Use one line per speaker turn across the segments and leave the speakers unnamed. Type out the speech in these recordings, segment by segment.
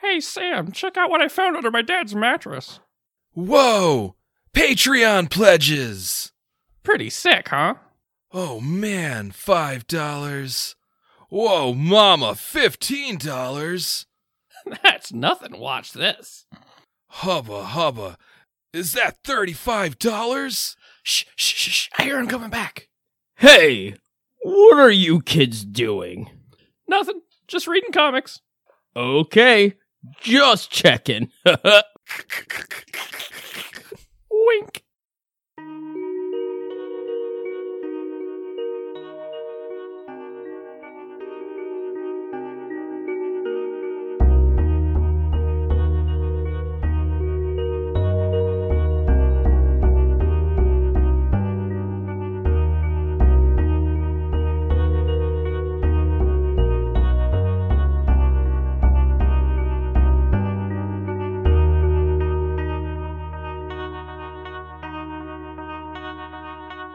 Hey, Sam, check out what I found under my dad's mattress.
Whoa! Patreon pledges!
Pretty sick, huh?
Oh man, five dollars. Whoa, mama, fifteen dollars.
That's nothing. Watch this.
Hubba hubba. Is that thirty-five dollars?
Shh, shh, shh, shh. I hear him coming back.
Hey, what are you kids doing?
Nothing. Just reading comics.
Okay, just checking.
Wink.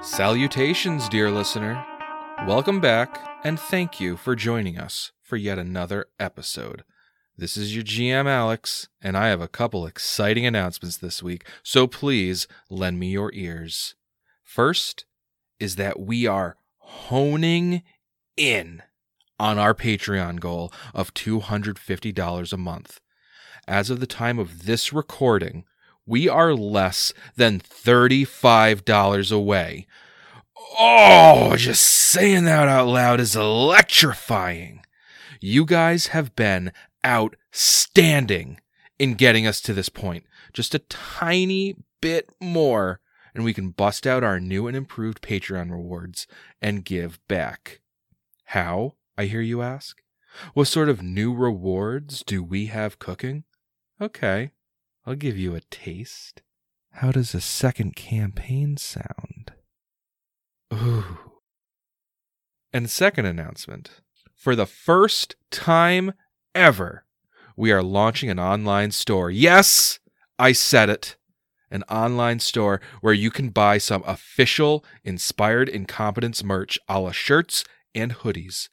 Salutations, dear listener. Welcome back, and thank you for joining us for yet another episode. This is your GM, Alex, and I have a couple exciting announcements this week, so please lend me your ears. First is that we are honing in on our Patreon goal of $250 a month. As of the time of this recording, we are less than $35 away. Oh, just saying that out loud is electrifying. You guys have been outstanding in getting us to this point. Just a tiny bit more, and we can bust out our new and improved Patreon rewards and give back. How, I hear you ask? What sort of new rewards do we have cooking? Okay. I'll give you a taste. How does a second campaign sound? Ooh. And second announcement for the first time ever, we are launching an online store. Yes, I said it. An online store where you can buy some official inspired incompetence merch a la shirts and hoodies.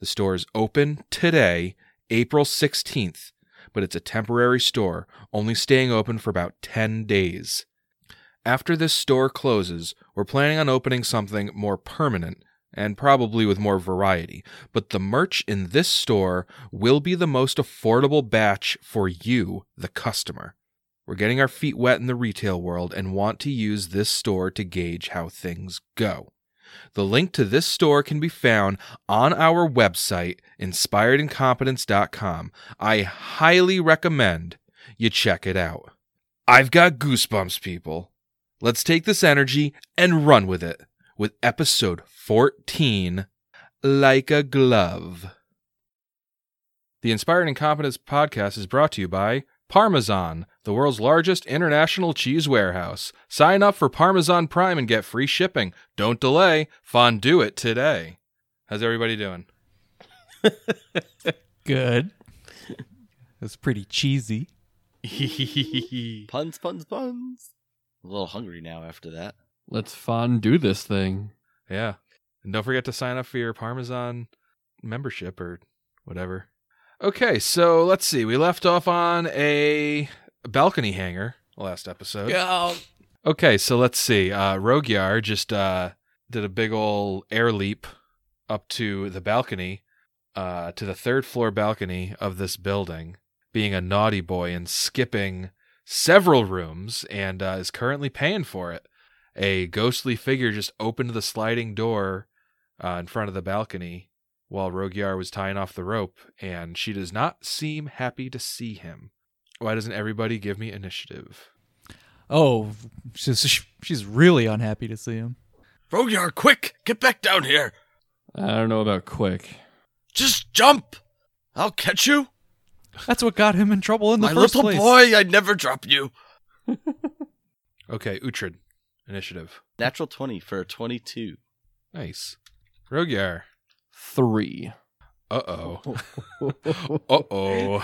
The store is open today, April 16th but it's a temporary store, only staying open for about 10 days. After this store closes, we're planning on opening something more permanent and probably with more variety, but the merch in this store will be the most affordable batch for you, the customer. We're getting our feet wet in the retail world and want to use this store to gauge how things go. The link to this store can be found on our website, inspiredincompetence.com. I highly recommend you check it out. I've got goosebumps, people. Let's take this energy and run with it with episode 14 Like a Glove. The Inspired Incompetence podcast is brought to you by Parmesan, the world's largest international cheese warehouse. Sign up for Parmesan Prime and get free shipping. Don't delay. Fondue it today. How's everybody doing?
Good. That's pretty cheesy.
Puns, puns, puns. I'm a little hungry now after that.
Let's fondue this thing.
Yeah. And don't forget to sign up for your Parmesan membership or whatever. Okay, so let's see. We left off on a balcony hanger last episode.
Oh,
Okay, so let's see. Uh, Rogyar just uh, did a big ol' air leap up to the balcony, uh, to the third floor balcony of this building, being a naughty boy and skipping several rooms, and uh, is currently paying for it. A ghostly figure just opened the sliding door uh, in front of the balcony while Rogyar was tying off the rope, and she does not seem happy to see him. Why doesn't everybody give me initiative?
Oh, she's she's really unhappy to see him.
Rogyar, quick! Get back down here!
I don't know about quick.
Just jump! I'll catch you!
That's what got him in trouble in the
My
first
little
place.
boy, I'd never drop you!
Okay, Uhtred, initiative.
Natural 20 for a 22.
Nice. Rogyar.
Three.
Uh oh. Uh oh.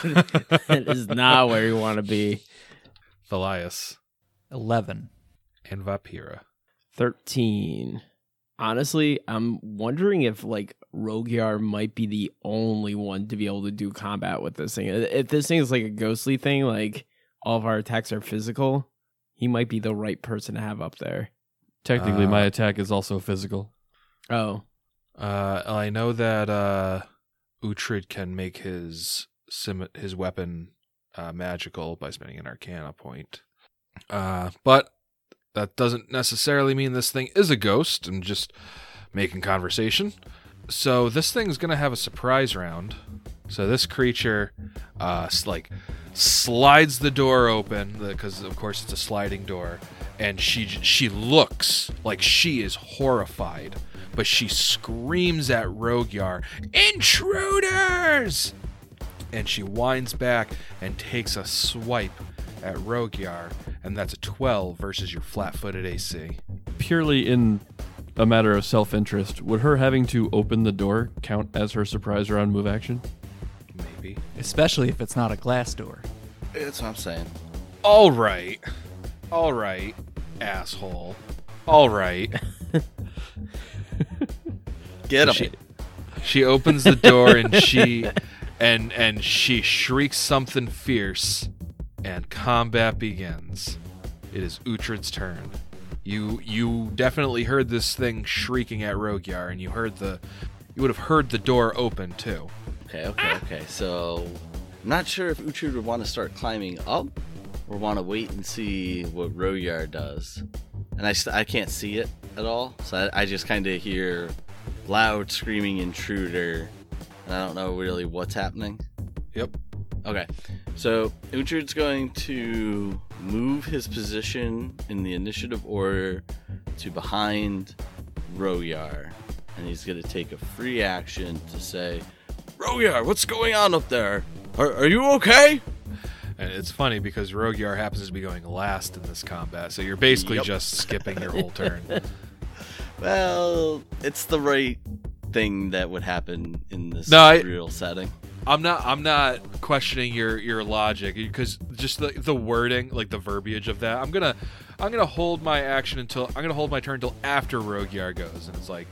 that is not where you want to be.
Thalias
Eleven.
and Vapira.
Thirteen. honestly, I'm wondering if like Rogiar might be the only one to be able to do combat with this thing. If this thing is like a ghostly thing, like all of our attacks are physical, he might be the right person to have up there.
Technically,
Uh,
my attack is also physical.
Oh,
Uh, I know that uh, Uhtred can make his sim- his weapon uh, magical by spending an Arcana point, uh, but that doesn't necessarily mean this thing is a ghost. I'm just making conversation. So this thing's gonna have a surprise round. So this creature, uh, s- like, slides the door open because of course it's a sliding door, and she j- she looks like she is horrified, but she screams at Rogyar, "Intruders!" And she winds back and takes a swipe at Rogyar, and that's a 12 versus your flat-footed AC.
Purely in a matter of self interest, would her having to open the door count as her surprise round move action?
Maybe.
Especially if it's not a glass door.
That's what I'm saying.
All right. All right, asshole. All right.
Get him.
She, she opens the door and she and and she shrieks something fierce and combat begins. It is Uhtred's turn. You you definitely heard this thing shrieking at Rogyar and you heard the you would have heard the door open too.
Okay, okay, okay. So, I'm not sure if Uhtred would want to start climbing up or want to wait and see what Royar does. And I, st- I can't see it at all, so I, I just kind of hear loud screaming intruder, and I don't know really what's happening.
Yep.
Okay, so Uhtred's going to move his position in the initiative order to behind Royar, and he's going to take a free action to say, Royar, what's going on up there? Are, are you okay?
And it's funny because Rogyar happens to be going last in this combat, so you're basically
Yep.
just skipping your whole turn.
Well, it's the right thing that would happen in this
No, I-
real setting.
I'm not. I'm not questioning your your logic because just the the wording, like the verbiage of that. I'm gonna, I'm gonna hold my action until I'm gonna hold my turn until after Rogier goes, and it's like,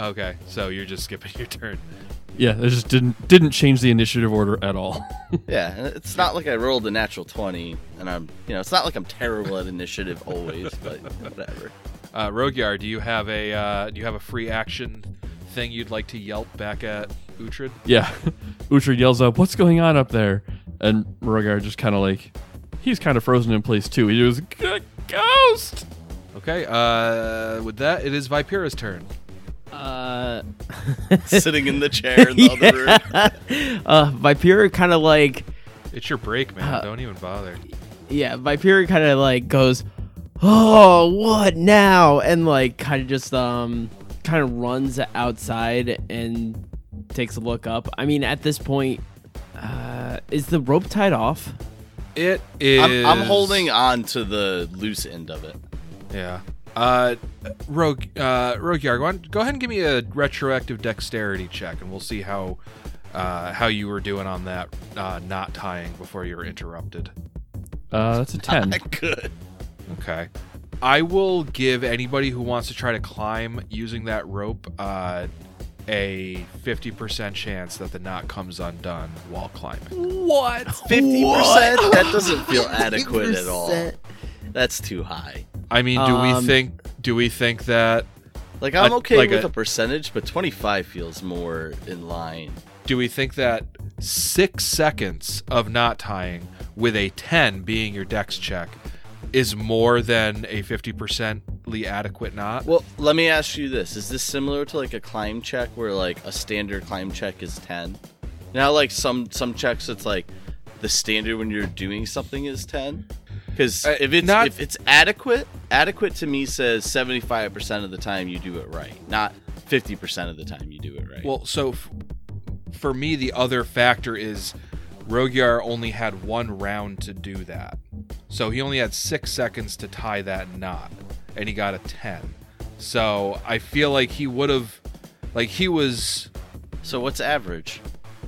okay, so you're just skipping your turn.
Yeah, I just didn't didn't change the initiative order at all.
Yeah, and it's not like I rolled a natural 20, and I'm, you know, it's not like I'm terrible at initiative always, but whatever.
Uh, Rogier, do you have a uh, do you have a free action thing you'd like to yelp back at Uhtred?
yeah, Uhtred yells up, "What's going on up there?" And Rogar just kind of like, he's kind of frozen in place too. He was ghost.
Okay. Uh, with that, it is Vipera's turn.
uh,
Sitting in the chair in the other room.
uh, Vipera kind of like
It's your break, man.
Uh,
Don't even bother.
yeah, Vipera kind of like goes, "Oh, what now?" and like kind of just um kind of runs outside and takes a look up. I mean, at this point, uh is the rope tied off?
It is.
I'm, I'm holding on to the loose end of it.
Yeah. Uh, Rogue, uh, Rogue Yargon, go ahead and give me a retroactive dexterity check, and we'll see how, uh, how you were doing on that, uh, not tying before you were interrupted.
Uh, that's a ten.
Good.
Okay. I will give anybody who wants to try to climb using that rope, uh, a 50% chance that the knot comes undone while climbing.
50%? That doesn't feel adequate at all. That's too high.
I mean, do
Um,
we think, do we think that,
Like, I'm
I-
okay
like
with
a-
a percentage, but 25 feels more in line.
do we think that six seconds of not tying with a 10 being your dex check is more than a 50% ly adequate knot?
Well, let me ask you this: Is this similar to like a climb check, where like a standard climb check is ten? Now, like some some checks, it's like the standard when you're doing something is ten. Because
Uh,
if it's
not-
if it's adequate, adequate to me says seventy five percent of the time you do it right, not fifty percent of the time you do it right.
Well, so f- for me, the other factor is Rogier only had one round to do that. So he only had six seconds to tie that knot, and he got a 10. So I feel like he would have, like, he was
so what's average?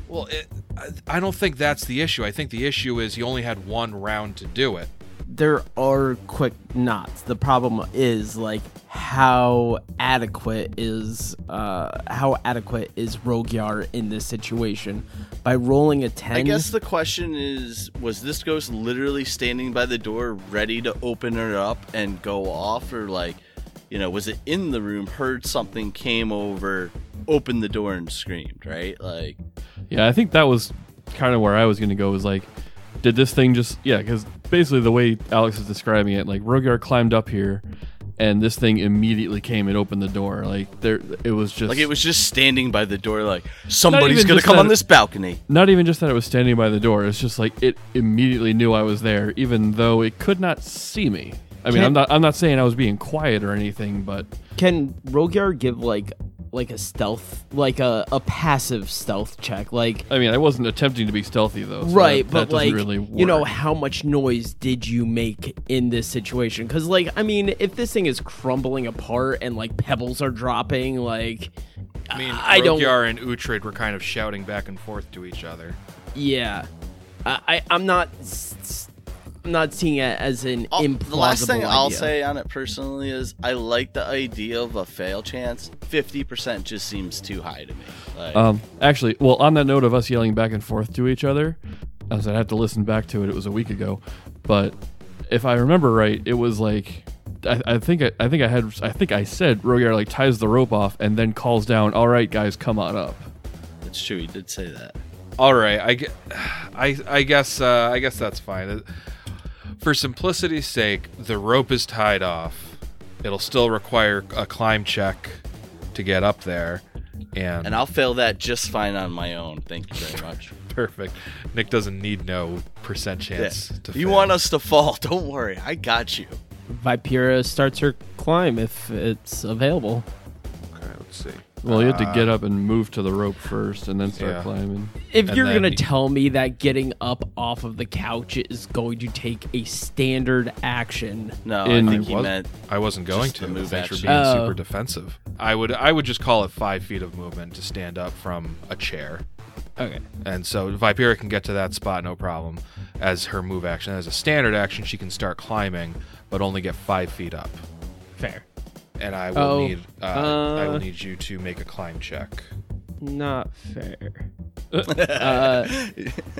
Well, it, I- I don't think that's the issue. I think the issue is he only had one round to do it.
there are quick knots. The problem is like how adequate is uh how adequate is Rogyar in this situation by rolling a 10
I guess the question is was this ghost literally standing by the door ready to open it up and go off or like you know was it in the room heard something came over opened the door and screamed right like
Yeah, I think that was kind of where I was going to go. Was like, did this thing just yeah? Because basically the way Alex is describing it, like Rogar climbed up here, and this thing immediately came and opened the door. Like there, it was just
like it was just standing by the door like somebody's
even
going to
just
come on
that-
this balcony
not even just that it was standing by the door. It's just like it immediately knew I was there, even though it could not see me. I mean,
Can-
I'm not I'm not saying I was being quiet or anything, but
Can Rogyar give like like a stealth like a, a passive stealth check? Like
I mean, I wasn't attempting to be stealthy though. so
right,
that- that
but
doesn't
like
really work.
you know, how much noise did you make in this situation? Cause like I mean, if this thing is crumbling apart and like pebbles are dropping, like
I mean,
I don't-
Rokyar and Uhtred were kind of shouting back and forth to each other.
yeah. I, I I'm not s- s- I'm not seeing it as an
I'll-
implausible
Oh, the last thing I'll
idea.
say on it personally is I like the idea of a fail chance. 50% just seems too high to me. Like,
Um, actually, well, on that note of us yelling back and forth to each other, as I have to listen back to it, it was a week ago, but if I remember right, it was like. I, I think I, I think I had I think I said Rogar like ties the rope off and then calls down. All right, guys, come on up.
it's true. He did say that.
All right, I, gue- I, I guess uh, I guess that's fine. For simplicity's sake, the rope is tied off. It'll still require a climb check to get up there, and,
And I'll fail that just fine on my own. Thank you very much.
perfect. Nick doesn't need no percent chance to.
You
fail.
want us to fall. Don't worry. I got you.
Vipera starts her climb if it's available.
Okay, let's see.
Well, you had to get up and move to the rope first, and then start
Uh, yeah.
climbing.
If
And
you're
then-
gonna tell me that getting up off of the couch is going to take a standard action,
No,
In-
I think he
was-
meant.
I wasn't going
Just
to.
the move
Thanks for
action.
being
Oh.
super defensive. I would I would just call it five feet of movement to stand up from a chair.
okay,
And so Vipera can get to that spot no problem as her move action. As a standard action, she can start climbing, but only get five feet up.
fair.
And I will
Oh,
need uh, I will
uh,
need you to make a climb check.
Not fair. uh,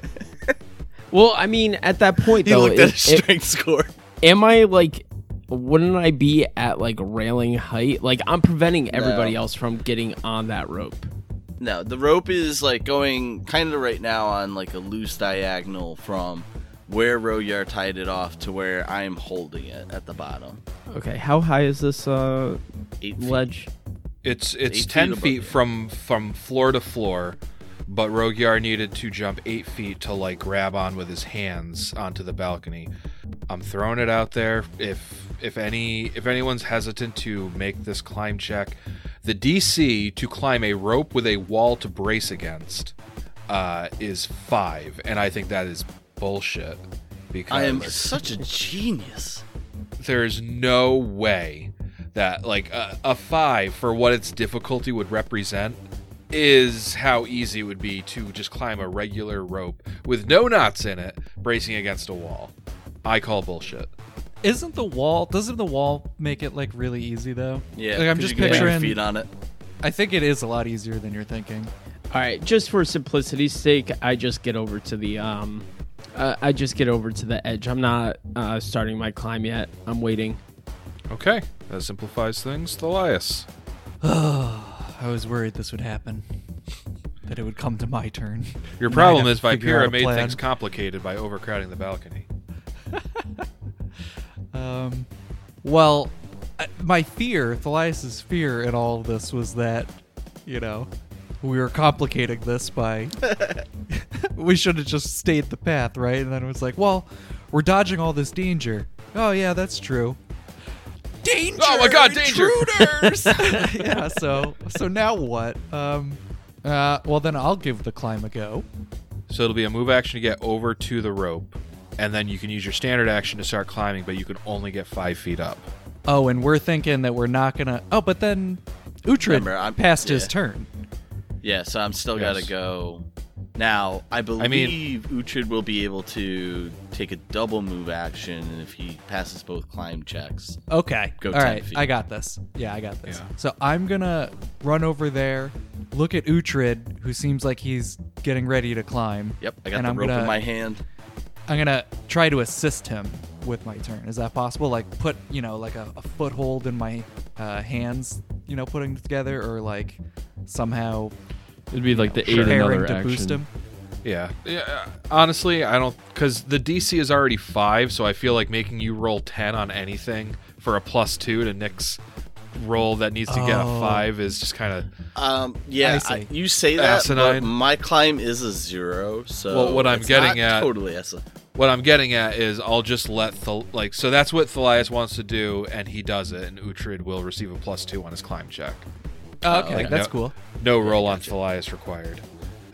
well, I mean, at that point
He
though,
looked at
if-
his
if-
strength score.
am I like, wouldn't I be at like railing height? Like I'm preventing everybody
No.
else from getting on that rope.
No, the rope is like going kind of right now on like a loose diagonal from where Royar tied it off to where I'm holding it at the bottom.
Okay, how high is this uh,
Eight feet.
ledge?
It's it's
Eight feet
ten
above,
feet
yeah.
from from floor to floor, but Rogyar needed to jump eight feet to like grab on with his hands onto the balcony. I'm throwing it out there. If if any if anyone's hesitant to make this climb check, the DC to climb a rope with a wall to brace against uh, is five, and I think that is bullshit. Because
I am such a genius.
there's no way that like a, a five for what its difficulty would represent is how easy it would be to just climb a regular rope with no knots in it bracing against a wall i call bullshit
Isn't the wall? Doesn't the wall make it like really easy though?
Yeah,
Like I'm
'cause
just
you can put your
picturing.
feet on it.
I think it is a lot easier than you're thinking.
All right, just for simplicity's sake, I just get over to the um, uh, I just get over to the edge. I'm not uh, starting my climb yet. I'm waiting.
okay that simplifies things thalias
I was worried this would happen. That it would come to my turn.
your
And I'd
problem
have
is
to figure out
vipera
a
made
plan.
things complicated by overcrowding the balcony
Um, well, I, my fear, Thalias's fear in all of this was that, you know, we were complicating this by. we should have just stayed the path, right? And then it was like, well, we're dodging all this danger. Oh, yeah, that's true. Danger!
Oh my God, danger!
Intruders! yeah, so so now what? Um, uh, well, then I'll give the climb a go.
so it'll be a move action to get over to the rope and then you can use your standard action to start climbing but you can only get five feet up
Oh, and we're thinking that we're not gonna. Oh, but then Uhtred
Remember, I'm-
passed his
yeah.
turn.
Yeah, so I'm still
Yes.
gotta go. Now, I believe
mean-
Uchid will be able to take a double move action if he passes both climb checks.
Okay.
Go
All
10
right.
feet.
I got this. Yeah, I got this.
Yeah.
So I'm going to run over there, look at Uhtred, who seems like he's getting ready to climb.
Yep, I got
and
the
I'm
rope
gonna,
in my hand.
I'm going to try to assist him with my turn. Is that possible? Like put, you know, like a, a foothold in my uh, hands, you know, putting together or like somehow
It'd be like the eight
preparing
another
to
action.
boost him.
Yeah. yeah. Honestly, I don't because the DC is already five, so I feel like making you roll ten on anything for a plus two to Nick's roll that needs to get a
Oh.
five is just kind of
Um, yeah,
I
I-
see.
you say that,
Asinine.
but my climb is a zero, so
Well, what I'm
it's
getting
not
at-
totally asinine.
what I'm getting at is I'll just let the like so that's what Thalias wants to do, and he does it, and Uhtred will receive a plus two on his climb check.
Oh, okay,
Uh,
like,
that's
no-
cool.
No roll on Thalias required.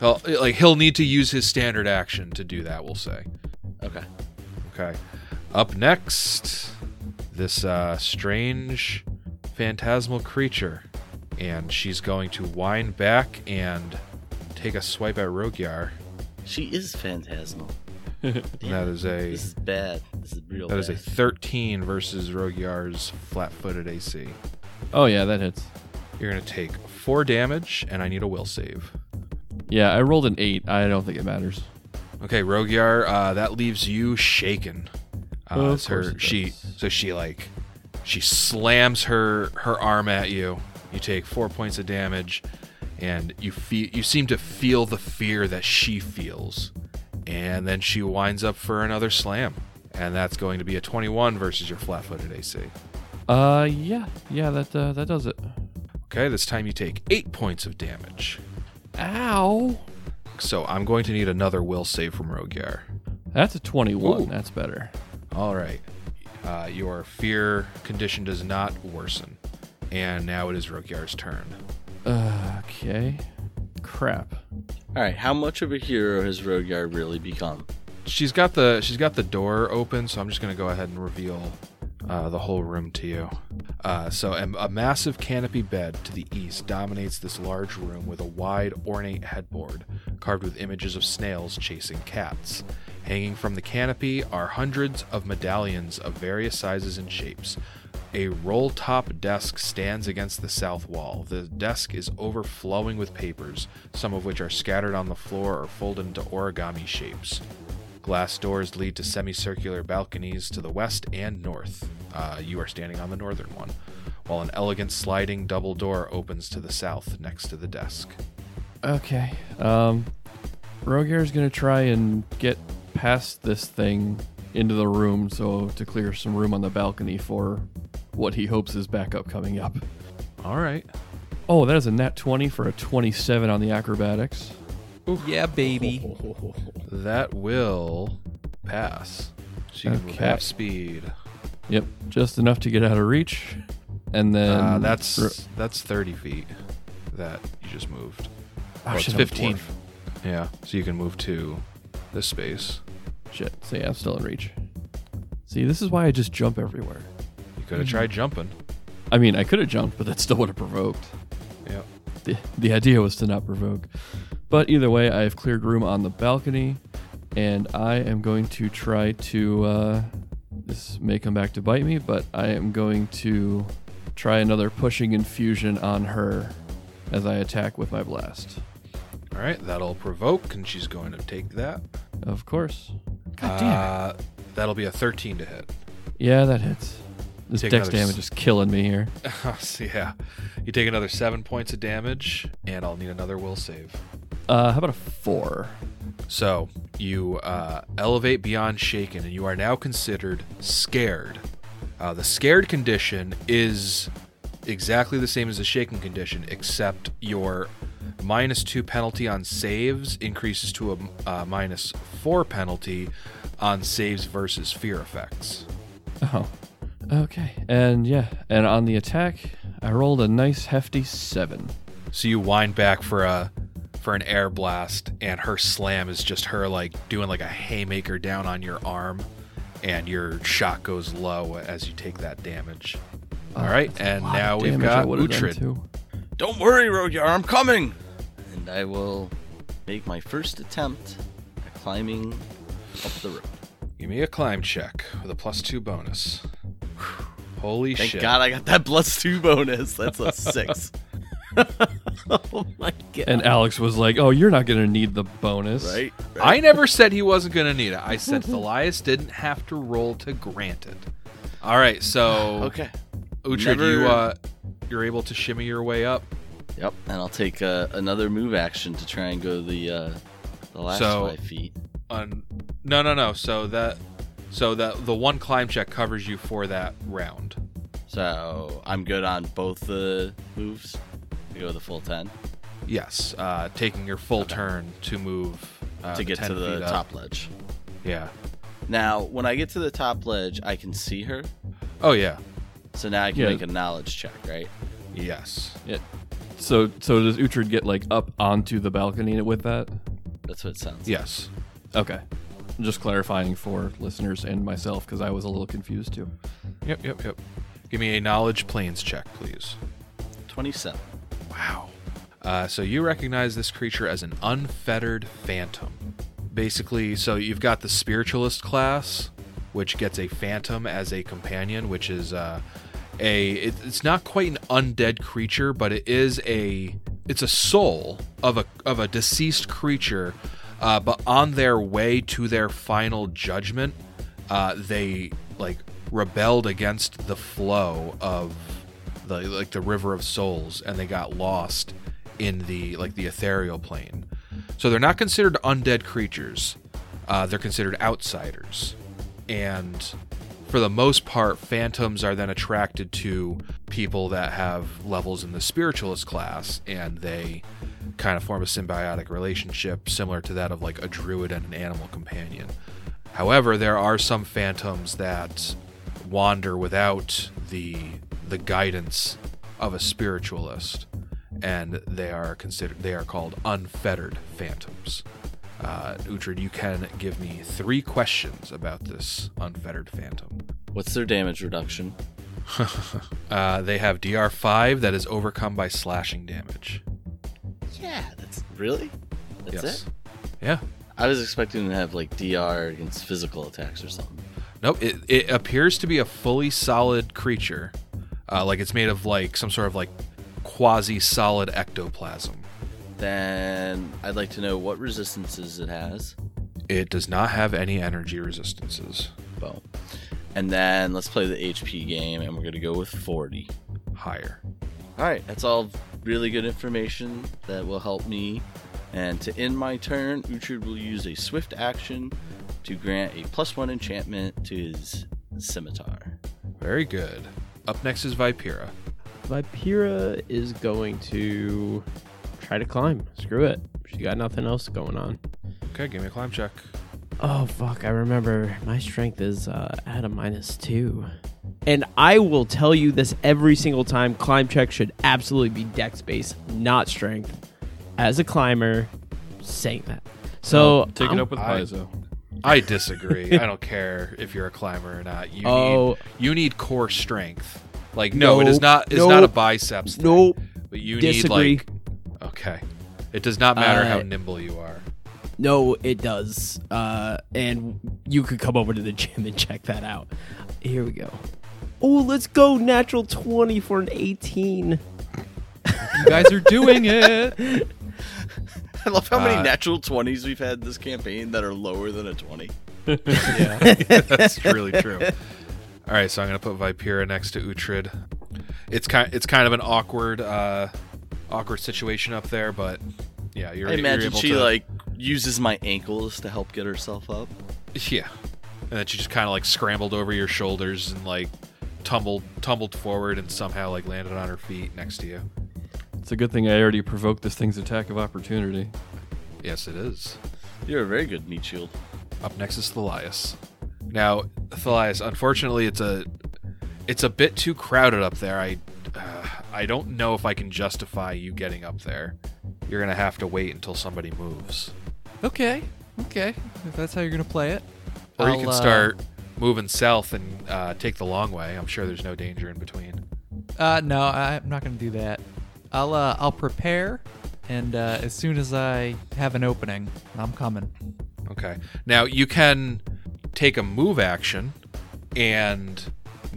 He'll, like he'll need to use his standard action to do that. We'll say.
Okay.
Okay. Up next, this uh, strange phantasmal creature. And she's going to wind back and take a swipe at Rogyar.
She is phantasmal.
And that is a
This is bad. This is real
that is a
bad.
13 versus Rogyar's flat-footed AC.
Oh yeah, that hits.
You're gonna take four damage, and I need a will save.
Yeah, I rolled an eight. I don't think it matters.
Okay, Rogyar, uh, that leaves you shaken. Uh,
Of
it's her-
course it
she
does.
so she like she slams her her arm at you. You take four points of damage, and you feel you seem to feel the fear that she feels, and then she winds up for another slam, and that's going to be a 21 versus your flat-footed AC.
Uh, yeah, yeah, that uh, that does it.
Okay, this time you take eight points of damage.
Ow!
So I'm going to need another will save from Rogyar.
That's a twenty-one.
Ooh.
That's better.
All right. Uh, your fear condition does not worsen. And now it is Rokyar's turn.
Uh, okay. Crap.
All right, how much of a hero has Rogar really become?
She's got the she's got the door open, so I'm just gonna go ahead and reveal uh, the whole room to you. Uh, so a, a massive canopy bed to the east dominates this large room with a wide ornate headboard carved with images of snails chasing cats. Hanging from the canopy are hundreds of medallions of various sizes and shapes, A roll top desk stands against the south wall. The desk is overflowing with papers, some of which are scattered on the floor or folded into origami shapes. Glass doors lead to semicircular balconies to the west and north. Uh, you are standing on the northern one, while an elegant sliding double door opens to the south next to the desk.
Okay. Um, Rogar's gonna try and get past this thing into the room, so to clear some room on the balcony for what he hopes is backup coming up.
All right.
Oh, that is a nat twenty for a twenty-seven on the acrobatics.
Yeah, baby.
That will pass. So you can move
Okay.
half speed.
Yep, just enough to get out of reach, and then
Uh, that's that's 30 feet that you just moved.
Oh,
Well, it's
shit, I'm a
15.
dwarf.
Yeah, so you can move to this space.
Shit. So yeah, I'm still in reach. See, this is why I just jump everywhere.
You could
Mm-hmm.
have tried jumping.
I mean, I could have jumped, but that still would have provoked.
Yep.
The, the idea was to not provoke. But either way, I have cleared room on the balcony, and I am going to try to. Uh, this may come back to bite me, but I am going to try another pushing infusion on her as I attack with my blast.
All right, that'll provoke, and she's going to take that.
Of course.
uh, That'll be a 13 to hit.
Yeah, that hits. This
Take
dex
another s-
damage is killing me here.
So, yeah. You take another seven points of damage, and I'll need another will save.
Uh, how about a four?
So you uh, elevate beyond shaken, and you are now considered scared. Uh, the scared condition is exactly the same as the shaken condition, except your minus two penalty on saves increases to a uh, minus four penalty on saves versus fear effects.
Oh. Okay. And yeah, and on the attack, I rolled a nice hefty seven.
So you wind back for a for an air blast, and her slam is just her like doing like a haymaker down on your arm, and your shot goes low as you take that damage. All right, and
Oh, Lot of
now we've
damage I
got
would've done
Uhtred.
too.
Don't worry, Rogar, I'm coming. And I will make my first attempt at climbing up the rope.
Give me a climb check with a plus two bonus. Holy
Thank
shit.
God I got that plus two bonus. That's a six.
Oh my god.
And Alex was like, "Oh, you're not gonna need the bonus,
right?
I never said he wasn't going to need it. I said Thelias didn't have to roll to grant it. All right, so
Okay.
Uhtred,
Never-
you uh, you're able to shimmy your way up.
Yep. And I'll take uh, another move action to try and go the uh, the last
So-
five feet.
On no, no, no. So that so that the one climb check covers you for that round.
So I'm good on both the moves. I go the full ten
Yes, uh, taking your full turn to move uh,
to
the
get
10
to the
feet up.
top ledge.
Yeah.
Now, when I get to the top ledge, I can see her.
Oh yeah.
So now I can
Yeah.
make a knowledge check, right?
Yes.
Yeah. So, so does Uhtred get like up onto the balcony with that?
That's what it sounds.
Yes.
Okay. Just clarifying for listeners and myself because I was a little confused too.
Yep. Yep. Yep. Give me a knowledge planes check, please.
like. Twenty-seven.
Wow. Uh, so you recognize this creature as an unfettered phantom. Basically, so you've got the spiritualist class, which gets a phantom as a companion, which is uh, a. It, it's not quite an undead creature, but it is a. It's a soul of a of a deceased creature, uh, but on their way to their final judgment, uh, they like rebelled against the flow of the like the river of souls and they got lost in the like the ethereal plane so they're not considered undead creatures uh, they're considered outsiders and for the most part phantoms are then attracted to people that have levels in the spiritualist class and they kind of form a symbiotic relationship similar to that of like a druid and an animal companion However, there are some phantoms that wander without the the guidance of a spiritualist, and they are considered they are called unfettered phantoms. Uh, Uhtred, you can give me three questions about this unfettered phantom.
What's their damage reduction?
Uh, they have DR5 that is overcome by slashing damage.
Yeah, that's really. That's
yes.
it.
Yeah.
I was expecting to have like DR against physical attacks or something.
Nope. It, it appears to be a fully solid creature. Uh, like it's made of like some sort of like quasi solid ectoplasm.
Then I'd like to know what resistances it has.
It does not have any energy resistances.
Boom. And then let's play the HP game, and we're gonna go with 40.
Higher.
All right, that's all really good information that will help me. And to end my turn, Uhtred will use a swift action to grant a plus one enchantment to his scimitar.
Very good. Up next is Vipera.
Vipira is going to try to climb. Screw it. She got nothing else going on.
Okay, give me a climb check.
Oh fuck, I remember my strength is uh, at a minus two. And I will tell you this every single time climb check should absolutely be dex based, not strength. As a climber, saying that. So
Take
I'm-
it up with
I-
Paizo.
I disagree. I don't care if you're a climber or not. You
Oh.
need you need core strength. Like no, it is
Nope.
not it's not a
Nope.
biceps. Thing,
Nope.
But you
Disagree.
need like okay. It does not matter how
Uh,
nimble you are.
No, it does. Uh, and you could come over to the gym and check that out. Here we go. Oh, let's go. Natural 20 for an 18.
You guys are doing it.
I love how many
Uh,
natural 20s we've had this campaign that are lower than a 20.
That's really true. All right, so I'm gonna put Vipera next to Uhtred. It's kind it's kind of an awkward uh, awkward situation up there, but yeah, you're,
I
you're
imagine
able
she
to,
like uses my ankles to help get herself up.
yeah, and then she just kind of like scrambled over your shoulders and like tumbled tumbled forward and somehow like landed on her feet next to you.
It's a good thing I already provoked this thing's attack of opportunity.
Yes, it is.
You're a very good meat shield.
Up next is Thelias. Now, Thelias, unfortunately, it's a it's a bit too crowded up there. I uh, I don't know if I can justify you getting up there. You're gonna have to wait until somebody moves,
Okay. Okay. If that's how you're gonna play it.
or
I'll,
you can
uh,
start moving south and uh, take the long way. I'm sure there's no danger in between.
Uh, no, I- I'm not gonna do that. I'll uh, I'll prepare and uh, as soon as I have an opening, I'm coming.
Okay. Now you can take a move action and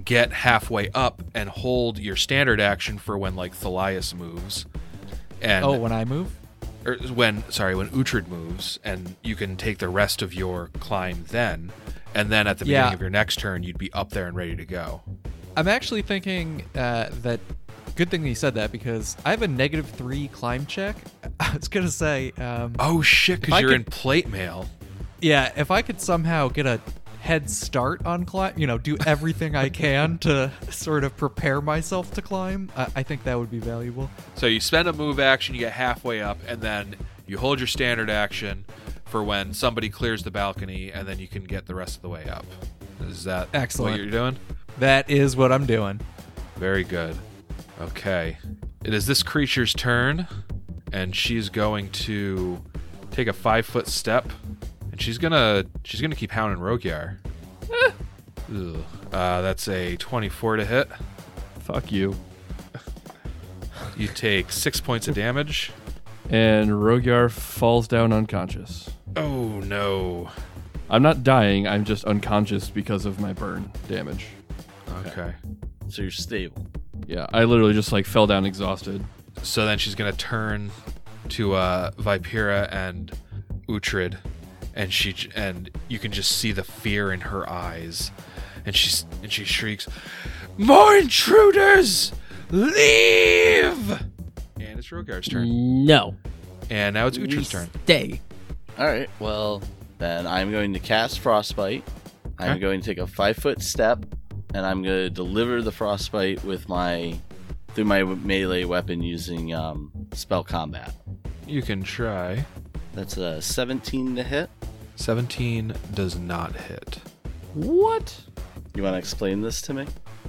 get halfway up and hold your standard action for when like Thalias moves. And
Oh, when I move?
or er, when sorry, when Uhtred moves and you can take the rest of your climb then. And then at the beginning
Yeah.
of your next turn you'd be up there and ready to go.
I'm actually thinking uh, that. Good thing that you said that because I have a negative three climb check. I was gonna say, um,
Oh shit,
I
because you're
could-
in plate mail.
yeah, if I could somehow get a head start on climb, you know, do everything I can to sort of prepare myself to climb, I, I think that would be valuable.
So you spend a move action, you get halfway up, and then you hold your standard action for when somebody clears the balcony, and then you can get the rest of the way up. Is that
Excellent.
what you're doing?
That is what I'm doing.
Very good. Okay. It is this creature's turn, and she's going to take a five foot step, and she's gonna she's gonna keep hounding Rogyar. Eh. Ugh. Uh, that's a 24 to hit.
Fuck you.
You take six points of damage.
And Rogar falls down unconscious.
Oh no.
I'm not dying. I'm just unconscious because of my burn damage.
Okay.
So you're stable.
Yeah, I literally just like fell down exhausted.
So then she's gonna turn to uh, Vipera and Uhtred, and she j- and you can just see the fear in her eyes, and she's and she shrieks, "More intruders! Leave!" And it's Rogar's turn,
No.
and now it's
We
Uhtred's turn.
Stay.
All right. Well, then I'm going to cast Frostbite. I'm
Okay.
going to take a five foot step, and I'm going to deliver the Frostbite with my through my melee weapon using um, spell combat.
You can try.
That's a 17 to hit.
Seventeen does not hit.
What?
You want to explain this to me?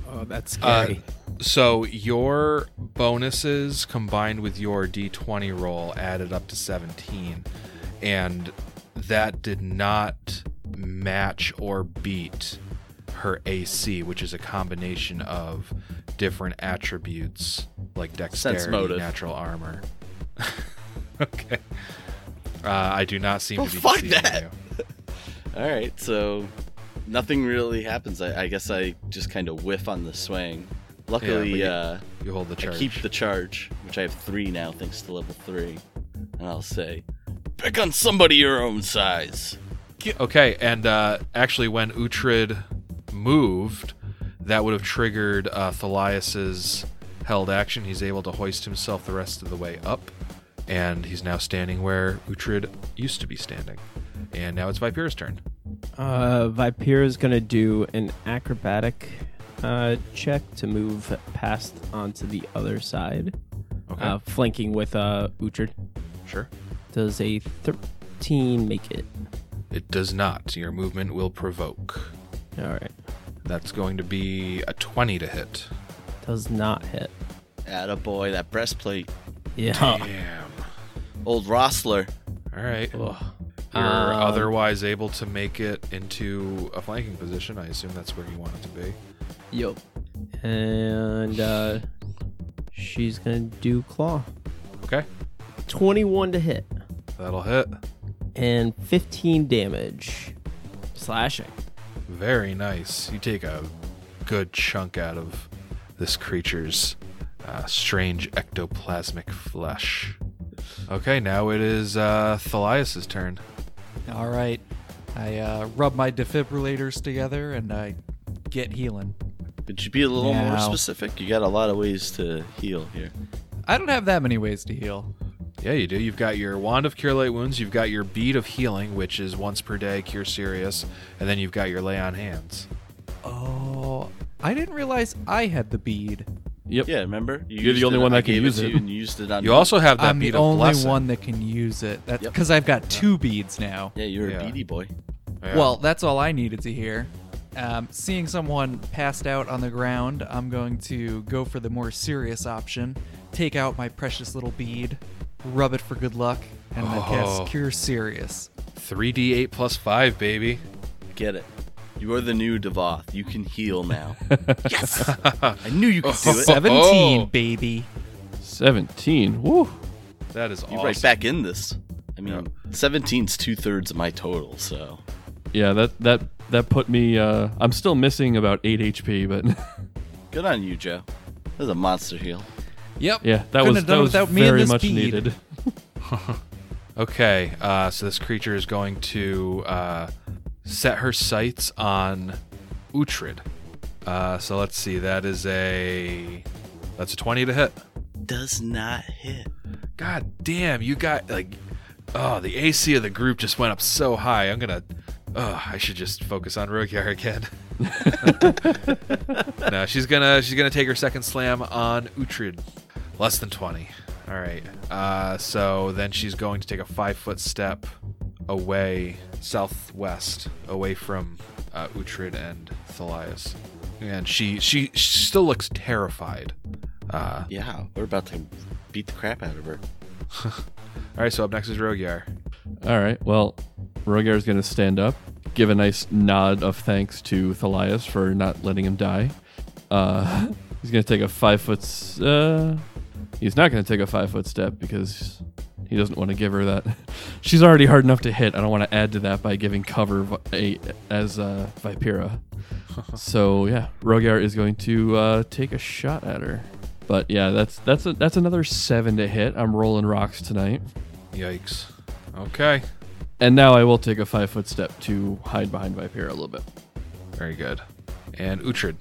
Oh, that's
Uh,
scary.
so your bonuses combined with your d20 roll added up to 17 and that did not match or beat her AC, which is a combination of different attributes like dexterity,
motive.
natural armor. okay. Uh, I do not seem
Well,
to be
fuck
deceiving
that.
you.
All right. So nothing really happens. I, I guess I just kind of whiff on the swing. Luckily,
you-
uh,
You hold the charge.
I keep the charge, which I have three now, thanks to level three. And I'll say, pick on somebody your own size.
Okay, and uh, actually, when Uhtred moved, that would have triggered uh, Thalias's held action. He's able to hoist himself the rest of the way up, and he's now standing where Uhtred used to be standing. And now it's Vipera's turn.
Uh, Vipera's gonna do an acrobatic uh, check to move past onto the other side,
Okay,
uh, flanking with uh, Uhtred.
sure.
Does a 13 make it?
It does not. Your movement will provoke.
All right.
That's going to be a 20 to hit.
Does not hit.
Attaboy, that breastplate.
Yeah.
Damn.
Old Rossler.
All right. You're
Ugh. Um,
otherwise able to make it into a flanking position. I assume that's where you want it to be.
Yup. And uh, she's gonna do claw.
Okay,
21 to hit
that'll hit.
and 15 damage. Slashing.
Very nice. You take a good chunk out of this creature's uh, strange ectoplasmic flesh. Okay, now it is uh, Thalias' turn.
All right. I uh, rub my defibrillators together and I get healing.
Could you be a little more
Meow.
specific? You got a lot of ways to heal here.
I don't have that many ways to heal.
Yeah, you do. You've got your Wand of Cure Light Wounds, you've got your Bead of Healing, which is once per day, Cure Serious, and then you've got your Lay on Hands.
Oh, I didn't realize I had the bead.
Yep.
Yeah, remember? You
You're the
used
only
it-
one that
I
can
gave
use
to
it.
You and you used it on
You
me.
also have that
I'm
Bead
the
of
only
Blessing.
one that can use it. That's
Yep.
because I've got two beads now.
Yeah, you're
Yeah.
a beady boy.
Yeah.
Well, that's all I needed to hear. Um, seeing someone passed out on the ground, I'm going to go for the more serious option. Take out my precious little bead, rub it for good luck, and then
Oh.
cast Cure Serious.
3d8 plus 5, baby.
Get it. You are the new Devoth. You can heal now.
Oh,
yes! I knew you could do it.
17,
Oh.
baby.
17. Woo.
That is awesome.
You right back in this. I mean, 17's two thirds of my total, so
Yeah, that that that put me. Uh, I'm still missing about eight HP, but
good on you, Joe. That's a monster heal.
Yep.
yeah, that
Couldn't
was
have done
that was
without me and
very
this
much
bead.
needed.
Okay, uh, so this creature is going to uh, set her sights on Uhtred. Uh, so let's see. That is a that's a twenty to hit.
Does not hit.
God damn, you got like oh the AC of the group just went up so high. I'm gonna oh I should just focus on Rogyar again. no, she's gonna she's gonna take her second slam on Uhtred. Less than twenty. Alright. Uh, so then she's going to take a five foot step away southwest, away from uh, Uhtred and Thalias. And she, she she still looks terrified. Uh,
Yeah, we're about to beat the crap out of her.
all right, so up next is Rogyar.
All right. Well, Rogar's going to stand up, give a nice nod of thanks to Thalias for not letting him die. Uh, he's going to take a five foot. s- Uh, he's not going to take a five foot step because he doesn't want to give her that. She's already hard enough to hit. I don't want to add to that by giving cover vi- a, as uh, Vipera. so yeah, Rogar is going to uh, take a shot at her. But yeah, that's that's a, that's another seven to hit. I'm rolling rocks tonight.
Yikes. Okay.
And now I will take a five foot step to hide behind Vipera a little bit.
Very good. And Uhtred.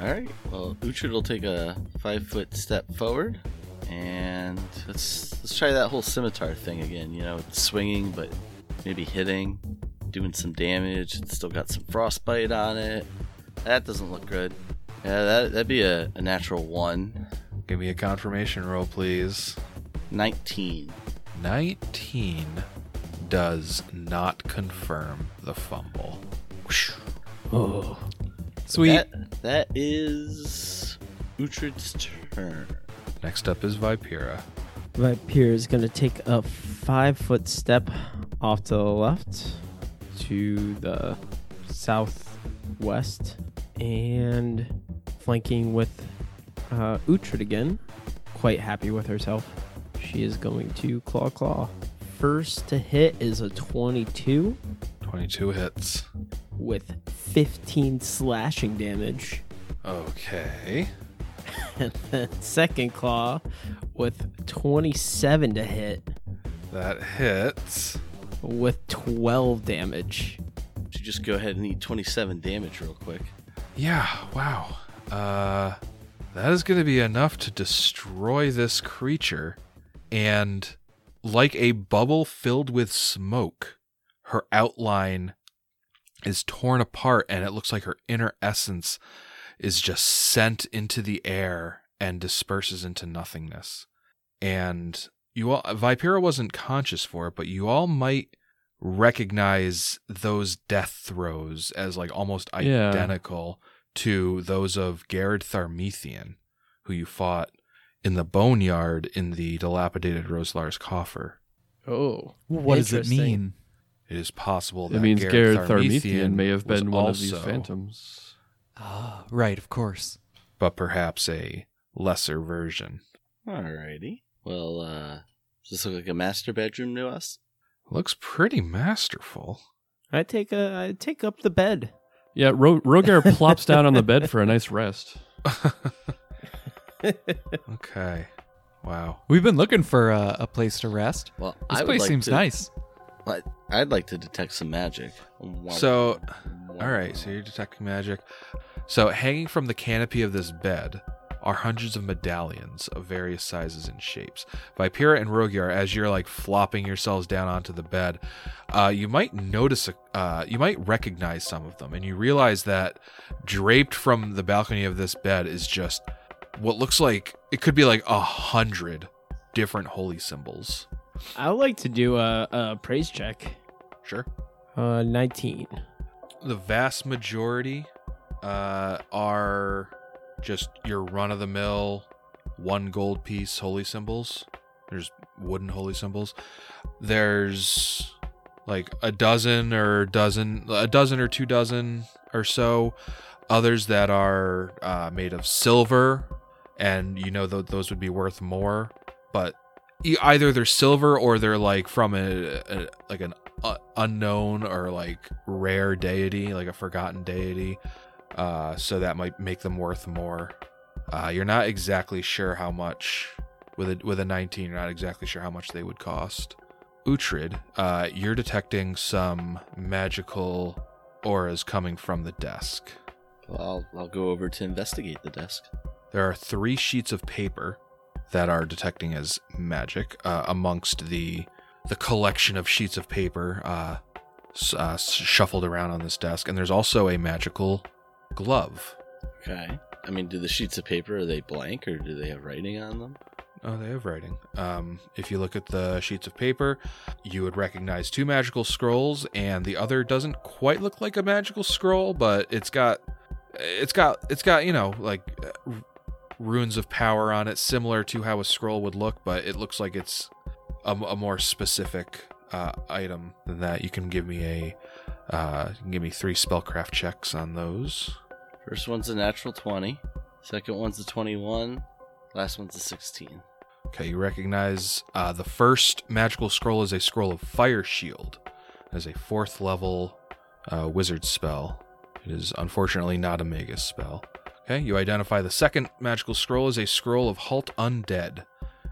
All right. Well, Uhtred will take a five foot step forward, and let's let's try that whole scimitar thing again. You know, it's swinging, but maybe hitting, doing some damage. It's still got some frostbite on it. That doesn't look good. Yeah, that that'd be a, a natural one.
Give me a confirmation roll, please.
19.
19 does not confirm the fumble. Whoosh.
Oh.
Sweet.
That that is Uhtred's turn.
Next up is Vipera.
Viper is going to take a five foot step off to the left to the southwest and flanking with uh, Uhtred again. Quite happy with herself. She is going to claw claw. First to hit is a 22
22 hits.
with 15 slashing damage.
Okay.
Second claw with 27 to hit
That hits.
with 12 damage.
Should just go ahead and eat 27 damage real quick.
Yeah, wow. Uh, that is going to be enough to destroy this creature. And like a bubble filled with smoke, her outline is torn apart, and it looks like her inner essence is just sent into the air and disperses into nothingness. And you all, Vipera wasn't conscious for it, but you all might recognize those death throes as like almost
Yeah.
identical to those of Garrod Tharmethian, who you fought in the boneyard in the dilapidated Roslar's coffer.
Oh.
What does it
Interesting.
mean?
It is possible that
It means
Garrod
Gareth Tharmethian may have
was
been one of these
also-
phantoms.
Ah, right. Of course.
but perhaps a lesser version.
Alrighty. Well, uh, does this look like a master bedroom to us?
Looks pretty masterful.
I take a I take up the bed.
Yeah, Ro- Rogar plops down on the bed for a nice rest.
okay. Wow.
We've been looking for a, a place to rest.
Well,
This
I would
place
like
seems
to-
nice.
I- I'd like to detect some magic. Wah,
So,
wah, wah.
all right, so you're detecting magic. So, hanging from the canopy of this bed are hundreds of medallions of various sizes and shapes. Vipera and Rogier, as you're like flopping yourselves down onto the bed, uh, you might notice, a, uh, you might recognize some of them, and you realize that draped from the balcony of this bed is just what looks like it could be like a hundred different holy symbols.
I would like to do a, a praise check.
Sure.
Uh, 19.
the vast majority uh, are just your run of the mill one gold piece holy symbols. There's wooden holy symbols. There's like a dozen or dozen, a dozen or two dozen or so. Others that are uh, made of silver, and you know th- those would be worth more. But e- either they're silver or they're like from a, a like an uh, unknown or like rare deity, like a forgotten deity. Uh, so that might make them worth more. Uh, you're not exactly sure how much with a with a 19. You're not exactly sure how much they would cost. Uhtred, uh, you're detecting some magical auras coming from the desk.
Well, I'll, I'll go over to investigate the desk.
There are three sheets of paper that are detecting as magic uh, amongst the the collection of sheets of paper uh, s- uh, shuffled around on this desk, and there's also a magical glove.
Okay. I mean, do the sheets of paper are they blank or do they have writing on them?
Oh, they have writing. Um, if you look at the sheets of paper, you would recognize two magical scrolls, and the other doesn't quite look like a magical scroll, but it's got, it's got, it's got, you know, like uh, r- runes of power on it, similar to how a scroll would look, but it looks like it's a, m- a more specific uh, item than that. You can give me a, uh, you can give me three spellcraft checks on those.
First one's a natural 20. Second one's a 21. Last one's a 16.
Okay, you recognize uh, the first magical scroll is a scroll of Fire Shield. It is a fourth level uh, wizard spell. It is unfortunately not a magus spell. Okay, you identify the second magical scroll is a scroll of Halt Undead. It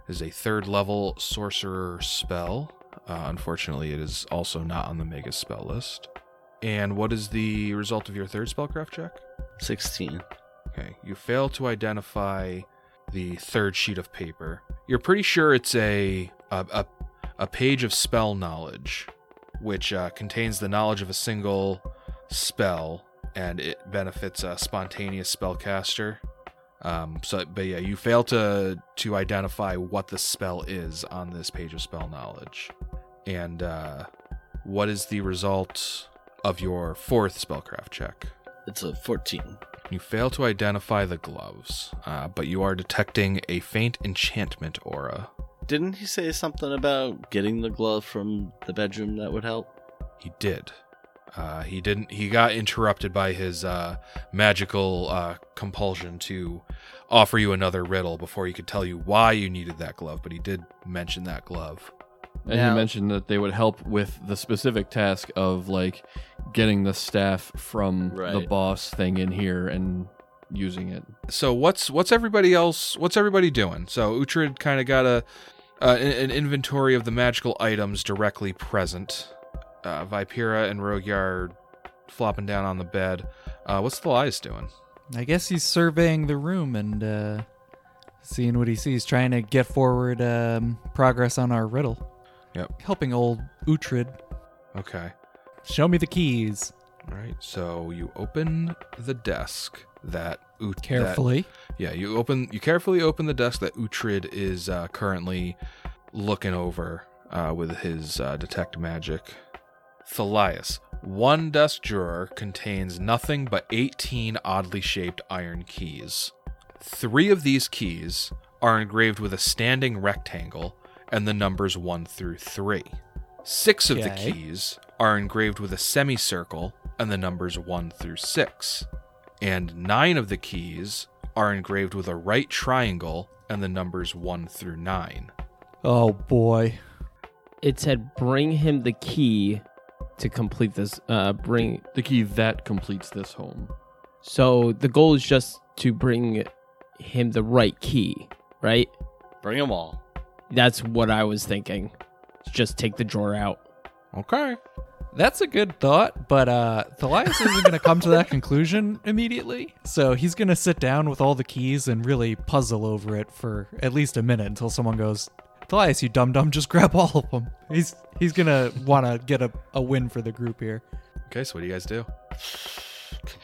is a third level sorcerer spell. Uh, unfortunately, it is also not on the magus spell list. And what is the result of your third spellcraft check?
16.
Okay, you fail to identify the third sheet of paper. You're pretty sure it's a a, a, a page of spell knowledge, which uh, contains the knowledge of a single spell, and it benefits a spontaneous spellcaster. Um, so, but yeah, you fail to to identify what the spell is on this page of spell knowledge, and uh, what is the result of your fourth spellcraft check?
It's a 14.
You fail to identify the gloves, uh, but you are detecting a faint enchantment aura.
Didn't he say something about getting the glove from the bedroom that would help?
He did. Uh, he didn't. He got interrupted by his uh, magical uh, compulsion to offer you another riddle before he could tell you why you needed that glove. But he did mention that glove.
And
Now-
he mentioned that they would help with the specific task of like getting the staff from the
Right.
boss thing in here and using it.
So what's what's everybody else? What's everybody doing? So Uhtred kind of got a uh, an- an inventory of the magical items directly present. Uh, Vipera and Rogyar flopping down on the bed. Uh, what's the lies doing?
I guess he's surveying the room and uh, seeing what he sees, trying to get forward um, progress on our riddle.
Yep.
Helping old Uhtred.
Okay.
Show me the keys.
All right. So you open the desk that Ut- that-
Carefully.
yeah, you open you carefully open the desk that Uhtred is uh, currently looking over uh, with his uh, detect magic. Thalias. One desk drawer contains nothing but 18 oddly shaped iron keys. Three of these keys are engraved with a standing rectangle and the numbers 1 through 3. Six of the
Okay.
keys are engraved with a semicircle and the numbers 1 through 6. And nine of the keys are engraved with a right triangle and the numbers 1 through 9.
Oh boy.
It said, "Bring him the key to complete this. Uh, bring."
The key that completes this home.
So the goal is just to bring him the right key, right?
Bring them all.
That's what I was thinking. Just take the drawer out.
Okay.
That's a good thought, but uh Thalias isn't gonna come to that conclusion immediately. So he's gonna sit down with all the keys and really puzzle over it for at least a minute until someone goes, Thalias, you dum dum, just grab all of them. He's he's gonna wanna get a, a win for the group here.
Okay, so what do you guys do?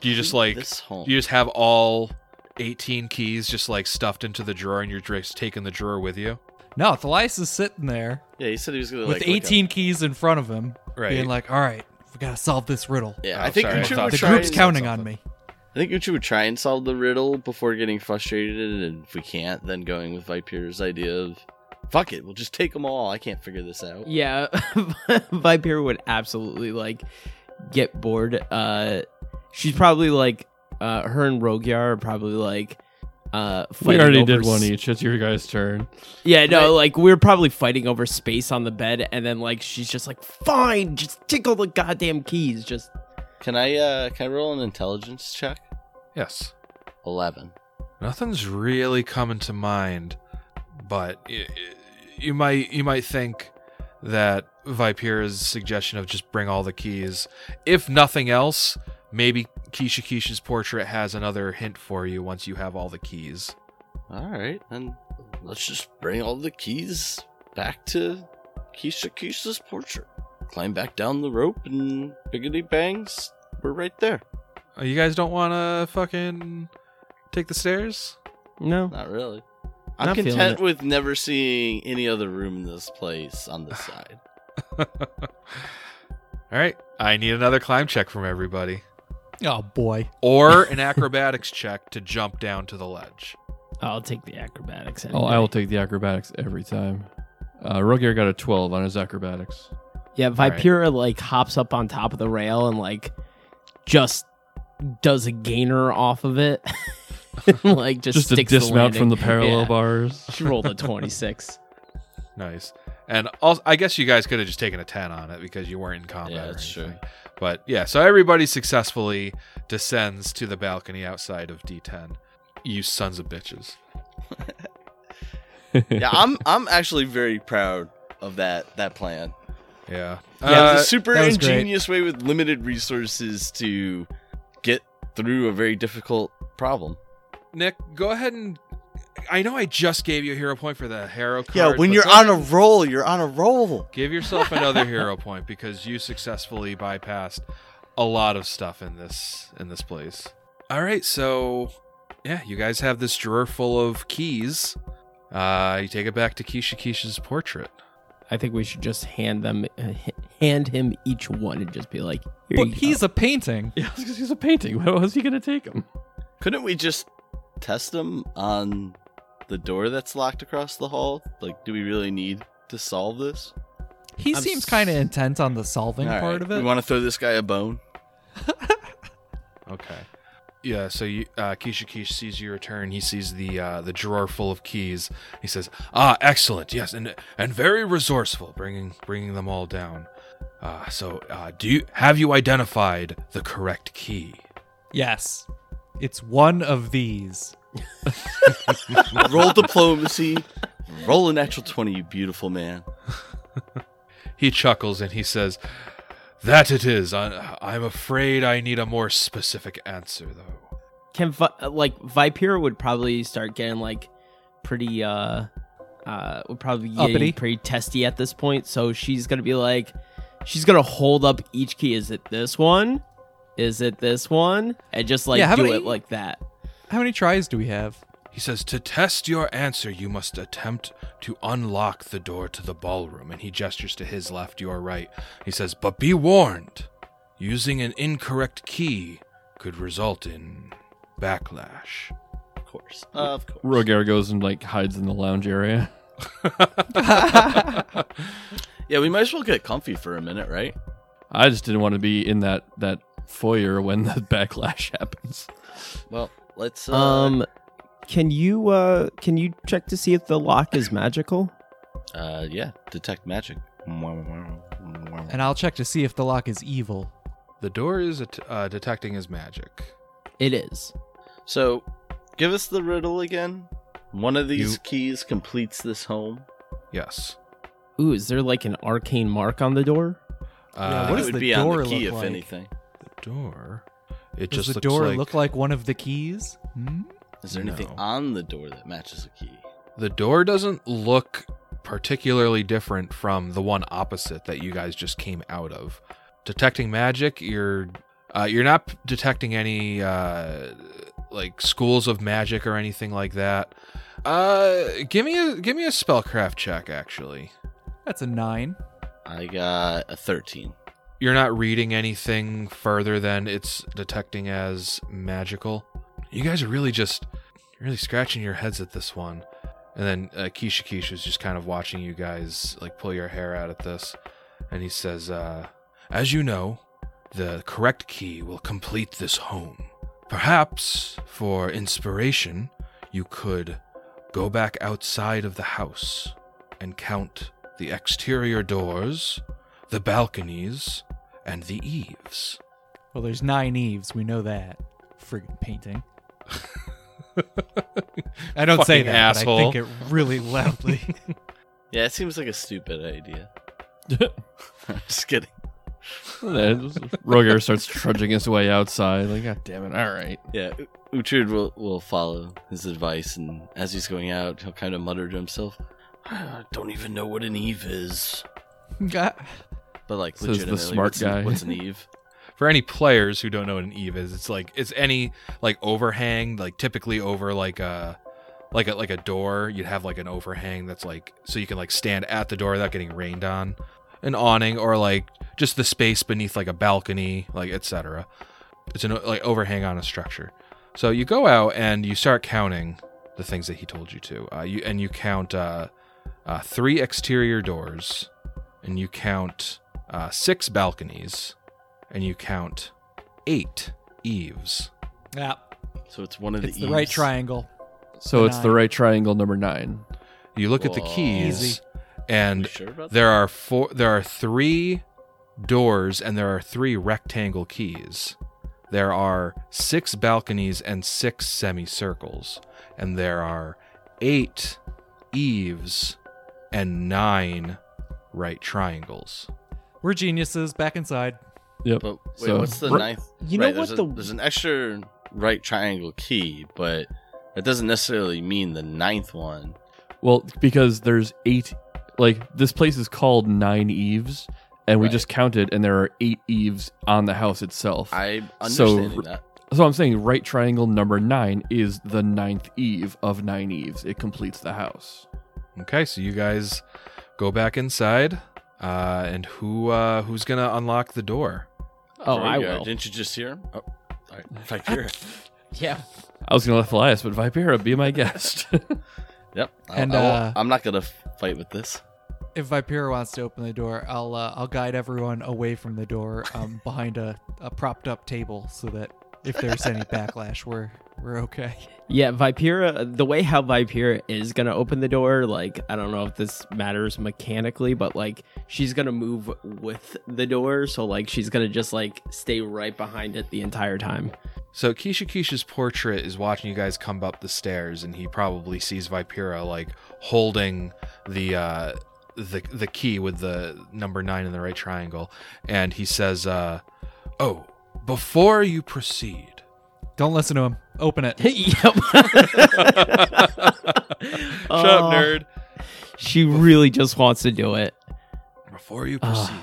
Do you just like
This home.
you just have all 18 keys just like stuffed into the drawer and you're just taking the drawer with you?
No, Thalias is sitting there
yeah, he said he was going to
with
like. look
18 keys in front of him,
Right.
being like, "All right, we gotta solve this riddle."
up- Yeah,
Oh,
I think
sorry, I
Uchu
thought-
would
The
try
group's
and-
counting on me.
I think Uchu would try and solve the riddle before getting frustrated, and if we can't, then going with Viper's idea of, fuck it, we'll just take them all. I can't figure this out.
Yeah, Viper would absolutely like get bored. Uh, she's probably like, uh, her and Rogyar are probably like, uh,
We
fighting
already
over
did one
s-
each. It's your guys' turn.
Yeah, no, like we were probably fighting over space on the bed, and then like she's just like, "Fine, just tickle the goddamn keys." Just
Can I uh can I roll an intelligence check?
Yes.
Eleven.
Nothing's really coming to mind, but y- y- you might you might think that Vipera's suggestion of just bring all the keys, if nothing else, maybe Keisha Keisha's portrait has another hint for you once you have all the keys.
All right, then let's just bring all the keys back to Keisha Keisha's portrait. Climb back down the rope and biggity bangs, we're right there.
Uh, You guys don't want to fucking take the stairs?
no,
Not really. I'm
Not feeling
content
it.
with never seeing any other room in this place on this side.
all right, I need another climb check from everybody
Oh boy.
or an acrobatics check to jump down to the ledge.
I'll take the acrobatics.
Oh, I will take the acrobatics every time. Uh, Rogier got a 12 on his acrobatics.
Yeah,
right.
Vipera like hops up on top of the rail and like just does a gainer off of it, and, like just,
Just, a
sticks
dismount
the
from the
landing.
parallel
Yeah.
bars.
She rolled a twenty-six.
Nice. And also, I guess you guys could have just taken a 10 on it because you weren't in combat.
Yeah,
or
that's true.
anything. But yeah, so everybody successfully descends to the balcony outside of D10. You sons of bitches.
Yeah, I'm I'm actually very proud of that that plan.
Yeah.
Yeah, it was
Uh,
a super
that was great.
ingenious way with limited resources to get through a very difficult problem.
Nick, go ahead and. I know I just gave you a hero point for the hero card.
Yeah, when
but
you're
go
on a
ahead-
roll, you're on a roll.
Give yourself another hero point because you successfully bypassed a lot of stuff in this in this place. All right, so yeah, you guys have this drawer full of keys. Uh, you take it back to Keisha Keisha's portrait.
I think we should just hand them, uh, hand him each one, and just be like, "Here
But
you go."
he's
uh,
a painting.
yeah, because he's a painting. How was he going to take him?
Couldn't we just test them on the door that's locked across the hall? Like, do we really need to solve this?
He
I'm
seems
s-
kind of intent on the solving
All
part
right,
of it.
We want to throw this guy a bone.
Okay. Yeah, so you, uh, Keisha Keisha sees you return. He sees the uh, the drawer full of keys. He says, "Ah, excellent. Yes, and and very resourceful, bringing bringing them all down." Uh, so, uh, do you have you identified the correct key?
Yes. It's one of these.
Roll diplomacy. Roll a natural 20, you beautiful man.
He chuckles and he says, That it is. I, I'm afraid I need a more specific answer, though.
can Vi- uh, like Vipera would probably start getting like pretty uh uh would probably be
Uppity.
getting pretty testy at this point. So she's gonna be like, she's gonna hold up each key. Is it this one? Is it this one? And just like
Yeah, how
do
many-
it like that.
How many tries do we have?
He says, To test your answer, you must attempt to unlock the door to the ballroom. And he gestures to his left, your right. He says, But be warned, using an incorrect key could result in backlash.
Of course. Uh, Of course.
Rogier goes and like hides in the lounge area.
Yeah, we might as well get comfy for a minute, right?
I just didn't want to be in that that foyer when the backlash happens.
Well, let's. Uh,
Um, can you uh can you check to see if the lock is magical?
Uh, yeah, detect magic.
And I'll check to see if the lock is evil.
The door is at- uh, detecting his magic.
It is.
So, give us the riddle again. One of these
You-
keys completes this home.
Yes.
Ooh, is there like an arcane mark on the door?
Uh,
Yeah, what
it
does
would
the
be
door
on the key,
look
if
like?
anything.
the door? It
Does
just
the
looks
door
like
look like one of the keys? Hmm?
Is there anything
No.
on the door that matches a key?
The door doesn't look particularly different from the one opposite that you guys just came out of. Detecting magic, you're uh, you're not p- detecting any uh, like schools of magic or anything like that. Uh, give me a give me a spellcraft check. Actually,
That's a nine.
I got a 13.
you're not reading anything further than it's detecting as magical. You guys are really just really scratching your heads at this one. And then uh, Keisha Keisha is just kind of watching you guys like pull your hair out at this. And he says, uh, As you know, the correct key will complete this home. Perhaps, for inspiration, you could go back outside of the house and count the exterior doors, the balconies, and the eaves.
Well, there's nine eaves. We know that. Friggin' painting. I don't say
Fucking
that,
asshole.
but I think it really loudly.
Yeah, it seems like a stupid idea. I'm just kidding.
And then just- Roger starts trudging his way outside. Like, God damn it! All right.
Yeah, U- Uhtred will, will follow his advice, and as he's going out, he'll kind of mutter to himself, I don't even know what an eve is.
God.
But, like,
Says the
legitimately,
smart
what's an-
guy.
what's an eve?
For any players who don't know what an eave is, it's like it's any like overhang, like typically over like a like a like a door. You'd have like an overhang that's like so you can like stand at the door without getting rained on, an awning or like just the space beneath like a balcony, like etc. It's an o- like overhang on a structure. So you go out and you start counting the things that he told you to. Uh, you and you count uh, uh, three exterior doors, and you count uh, six balconies, and you count eight eaves.
Yeah,
So it's one of the
it's
eves.
the right triangle.
So
The
it's the
nine.
right triangle number nine.
You look at the
Whoa.
keys,
Easy.
and
You sure about that?
there are four. There are three doors, and there are three rectangle keys. There are six balconies and six semicircles, and there are eight eaves and nine right triangles.
We're geniuses. Back inside.
Yep.
But wait,
So-
what's the
Ri-
ninth?
You know
right,
what
there's
the
a, there's an extra right triangle key, but that doesn't necessarily mean the ninth one.
Well, because there's eight. Like this place is called Nine Eaves, and we
Right.
just counted, and there are eight eaves on the house itself.
I'm
So-
understanding that.
so I'm saying right triangle number nine is the ninth eve of nine eaves. It completes the house.
Okay, so you guys go back inside, uh, and who uh, who's gonna unlock the door?
Oh, I
Rogar,
will.
Didn't you just hear him? Oh, all right. If I hear it.
Yeah.
I was gonna let Elias, but Vipera be my guest.
Yep. I,
And,
I won't-
uh,
I'm not gonna f- fight with this.
If Vipera wants to open the door, I'll uh, I'll guide everyone away from the door um, behind a, a propped up table so that if there's any backlash, we're we're okay.
Yeah, Vipera, the way how Vipera is going to open the door, like, I don't know if this matters mechanically, but like, she's going to move with the door. So, like, she's going to just like stay right behind it the entire time.
So Keisha Keisha's portrait is watching you guys come up the stairs, and he probably sees Vipera like holding the uh, the the key with the number nine in the right triangle, and he says, uh, "Oh, before you proceed,
Don't listen to him. Open it.
yep.
shut up, nerd.
She really just wants to do it.
Before you
Ah.
proceed,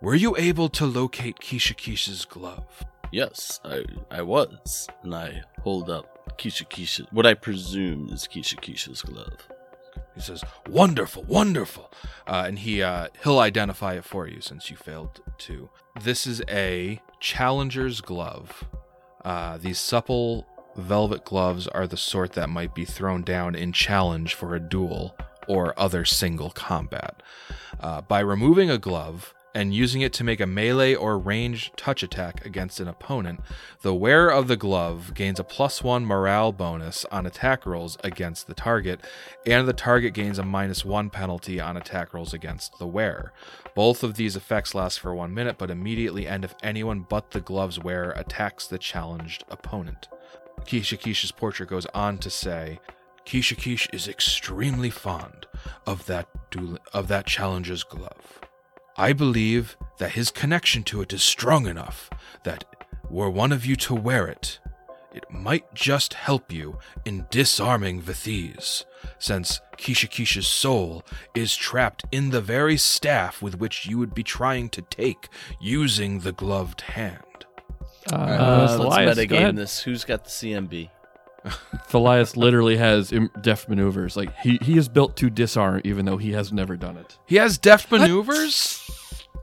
were you able to locate Keisha Keisha's glove?"
Yes, I I was, and I hold up Keisha Keisha. What I presume is Keisha Keisha's glove.
He says, "Wonderful, wonderful," uh, and he uh, he'll identify it for you since you failed to. This is a challenger's glove. Uh, these supple velvet gloves are the sort that might be thrown down in challenge for a duel or other single combat. Uh, by removing a glove and using it to make a melee or ranged touch attack against an opponent, the wearer of the glove gains a plus one morale bonus on attack rolls against the target, and the target gains a minus one penalty on attack rolls against the wearer. Both of these effects last for one minute, but immediately end if anyone but the glove's wearer attacks the challenged opponent. Keisha Keisha's portrait goes on to say, Keisha Keish is extremely fond of that duel- of that challenger's glove. I believe that his connection to it is strong enough that were one of you to wear it, it might just help you in disarming Vathies, since Keisha Keisha's soul is trapped in the very staff with which you would be trying to take using the gloved hand.
Uh,
All right, let's metagame this. Who's got the CMB?
Thelias literally has im- deft maneuvers. Like he, he is built to disarm, even though he has never done it.
He has deft maneuvers?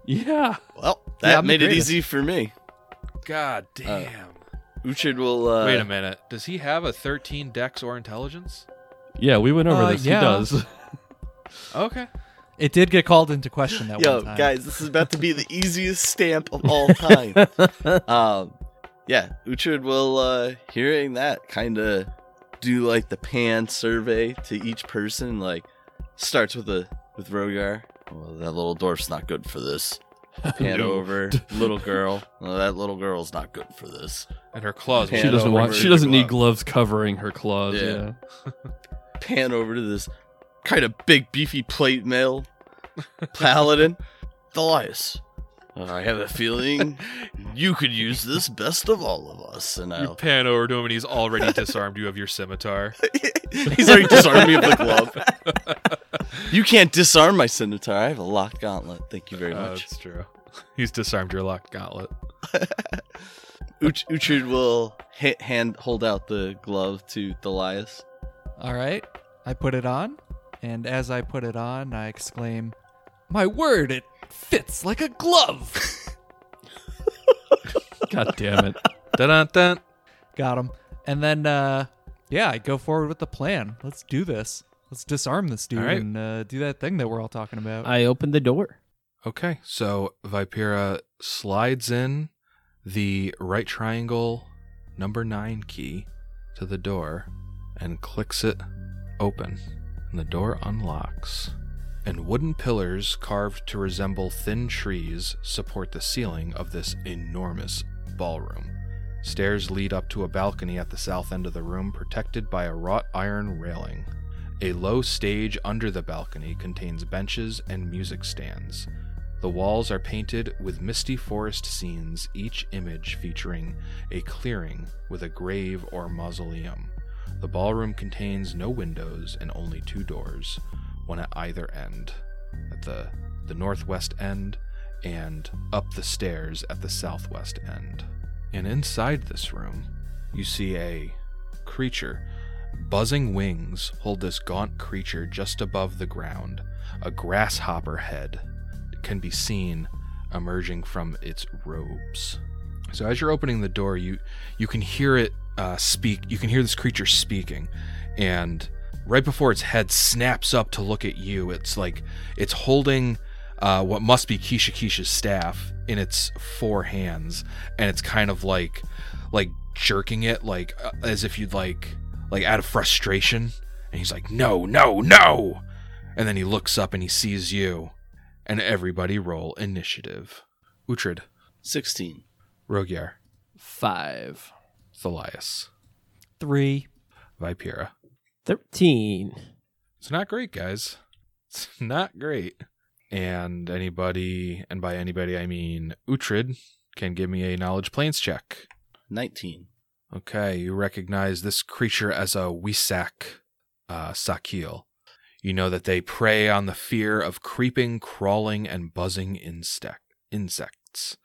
Yeah.
Well, that
Yeah, I'm the
made it
greatest.
easy for me.
God damn.
Uchid will. Uh,
Wait a minute. Does he have a 13 dex or intelligence?
Yeah, we went over
Uh,
this.
yeah.
He does.
Okay.
It did get called into question that
Yo,
one time.
guys, this is about to be the easiest stamp of all time. um, yeah, Uchard will, uh, hearing that, kind of do like the pan survey to each person. Like starts with a with Rogar. Well, that little dwarf's not good for this. Pan
No.
over, little girl. Well, that little girl's not good for this.
And her claws.
She
she
Yeah,
doesn't
no,
want.
we're
She
ready
doesn't
to
need
go.
gloves covering her claws.
Yeah.
Yeah.
Pan over to this kind of big, beefy plate mail paladin, Thalias. "Uh, I have a feeling you could use this best of all of us, and
You
I'll
pan over to him and he's already disarmed you of your scimitar.
He's already disarmed me of the glove. You can't disarm my scimitar. I have a locked gauntlet. Thank you very
Uh,
much.
that's true. He's disarmed your locked gauntlet.
Uch- Uchard will ha- hand hold out the glove to Thalias.
All right. I put it on, and as I put it on, I exclaim, "My word, it fits like a glove!"
God damn it.
Dun dun dun.
Got him. And then, uh, yeah, I go forward with the plan. Let's do this. Let's disarm this dude
All right.
and uh, do that thing that we're all talking about.
I opened the door.
Okay, so Vipera slides in the right triangle number nine key to the door and clicks it open, and the door unlocks. And wooden pillars carved to resemble thin trees support the ceiling of this enormous ballroom. Stairs lead up to a balcony at the south end of the room, protected by a wrought iron railing. A low stage under the balcony contains benches and music stands. The walls are painted with misty forest scenes, each image featuring a clearing with a grave or mausoleum. The ballroom contains no windows and only two doors, one at either end, at the, the northwest end, and up the stairs at the southwest end. And inside this room, you see a creature. Buzzing wings hold this gaunt creature just above the ground, a grasshopper head can be seen emerging from its robes. So as you're opening the door, you you can hear it uh, speak. You can hear this creature speaking, and right before its head snaps up to look at you, it's like it's holding uh, what must be Keisha Keisha's staff in its four hands, and it's kind of like like jerking it like uh, as if you'd like like out of frustration. And he's like, "No, no, no!" And then he looks up and he sees you, and everybody roll initiative. Uhtred,
16.
Rogier,
Five.
Thalias,
Three.
Vipera.
Thirteen.
It's not great, guys. It's not great. And anybody, and by anybody I mean Uhtred, can give me a knowledge planes check.
19.
Okay, you recognize this creature as a Wisak uh, Sakil. You know that they prey on the fear of creeping, crawling, and buzzing insect insects.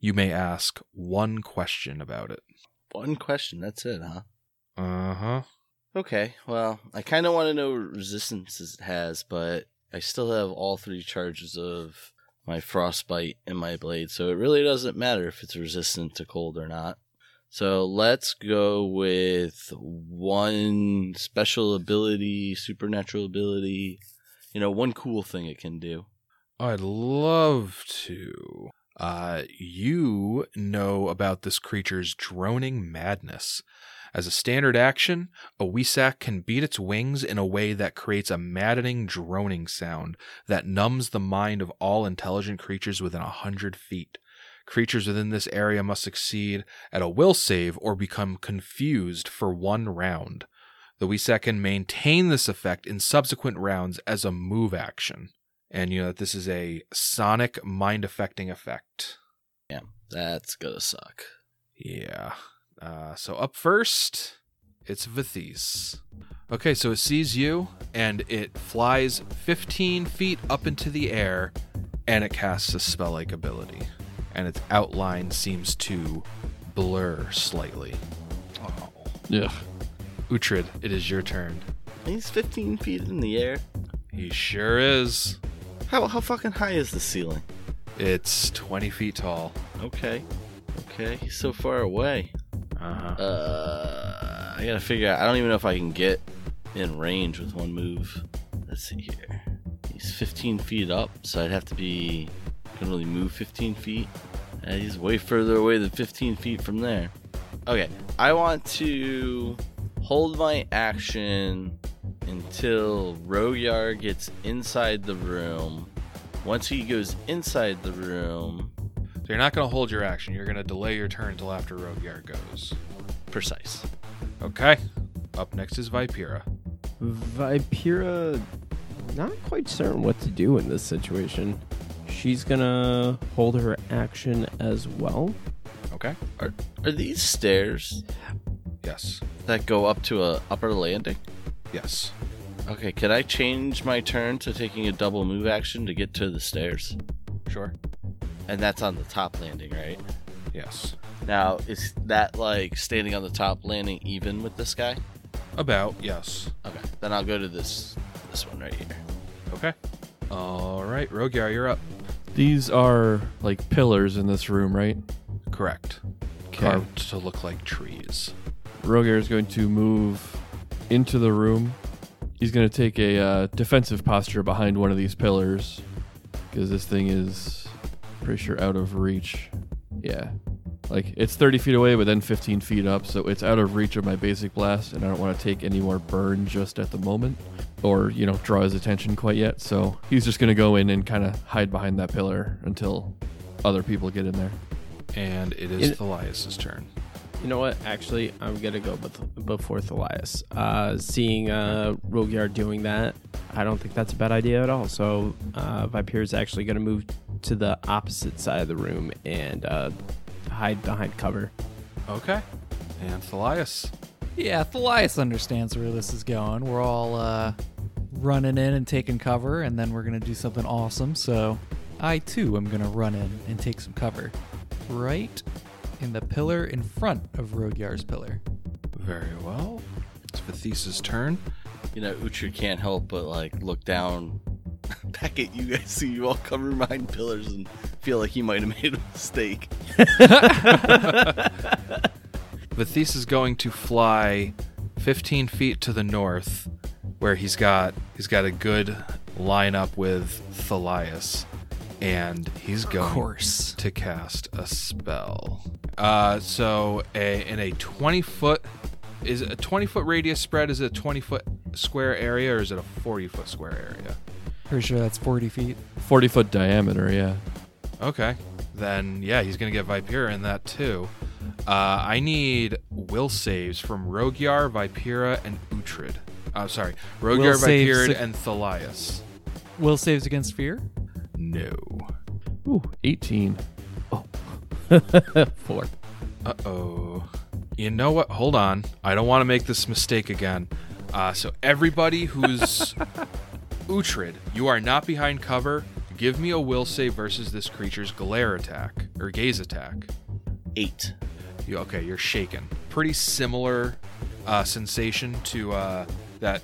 You may ask one question about it.
One question. That's it, huh?
Uh huh.
Okay. Well, I kind of want to know what resistances it has, but I still have all three charges of my frostbite and my blade, so it really doesn't matter if it's resistant to cold or not. So let's go with one special ability, supernatural ability, you know, one cool thing it can do.
I'd love to. Uh, you know about this creature's droning madness. As a standard action, a Wisak can beat its wings in a way that creates a maddening droning sound that numbs the mind of all intelligent creatures within a hundred feet. Creatures within this area must succeed at a will save or become confused for one round. The Wisak can maintain this effect in subsequent rounds as a move action and you know that this is a sonic mind affecting effect.
That's gonna suck.
Yeah. Uh, so up first, it's Vithis. Okay, so it sees you and it flies 15 feet up into the air and it casts a spell like ability. And its outline seems to blur slightly. Oh.
Yeah.
Uhtred, it is your turn.
He's 15 feet in the air.
He sure is.
How how fucking high is the ceiling?
It's 20 feet tall.
Okay. Okay, he's so far away.
Uh-huh.
Uh, I gotta figure out. I don't even know if I can get in range with one move. Let's see here. He's 15 feet up, so I'd have to be. I can only move 15 feet. Uh, he's way further away than 15 feet from there. Okay, I want to hold my action until Royar gets inside the room. Once he goes inside the room,
So you're not going to hold your action. You're going to delay your turn until after Rogyar goes.
precise.
Okay. Up next is Vipera.
Vipira, not quite certain what to do in this situation. She's gonna hold her action as well.
Okay.
Are, are these stairs
Yes.
that go up to a upper landing?
Yes.
Okay, could I change my turn to taking a double move action to get to the stairs?
Sure.
And that's on the top landing, right?
Yes.
Now, is that like standing on the top landing even with this guy?
About. Yes.
Okay, then I'll go to this this one right here.
Okay. All right, Rogyar, you're up.
These are like pillars in this room, right?
Correct.
Okay.
Carved to look like trees.
Roger is going to move into the room. He's going to take a uh, defensive posture behind one of these pillars because this thing is pretty sure out of reach. Yeah. Like it's 30 feet away, but then 15 feet up, so it's out of reach of my basic blast, and I don't want to take any more burn just at the moment or, you know, draw his attention quite yet. So he's just going to go in and kind of hide behind that pillar until other people get in there.
And it is
It-
Thelias's turn.
You know what? Actually, I'm gonna go bef- before Thelias. Uh, seeing uh, Rogyar doing that, I don't think that's a bad idea at all. So uh, Vipira's actually gonna move to the opposite side of the room and uh, hide behind cover.
Okay. And Thelias.
Yeah, Thelias understands where this is going. We're all uh, running in and taking cover, and then we're going to do something awesome. So I too am going to run in and take some cover. Right in the pillar in front of Rogyar's pillar.
Very well. It's Vithisa's turn.
You know, Uhtred can't help but like look down back at you guys, see you all cover behind pillars, and feel like he might have made a mistake.
Vithisa's going to fly 15 feet to the north, where he's got he's got a good lineup with Thelias, and he's
Of
going
course.
to cast a spell. Uh, so a, in a 20 foot is a 20 foot radius spread is it a 20 foot square area or is it a 40 foot square area?
Pretty sure that's 40 feet.
40 foot diameter, yeah.
Okay, then yeah, he's gonna get Vipera in that too. Uh, I need will saves from Rogyar, Vipera, and Uhtred. I'm sorry, Rogyar,
Will saves
Vipera,
sec-
and Thelias.
Will saves against fear.
No.
Ooh, 18.
Four.
Uh oh. You know what? Hold on. I don't want to make this mistake again. Uh, so everybody who's Uhtred, you are not behind cover. Give me a will save versus this creature's glare attack or gaze attack.
Eight.
You, okay, you're shaken. Pretty similar uh, sensation to uh, that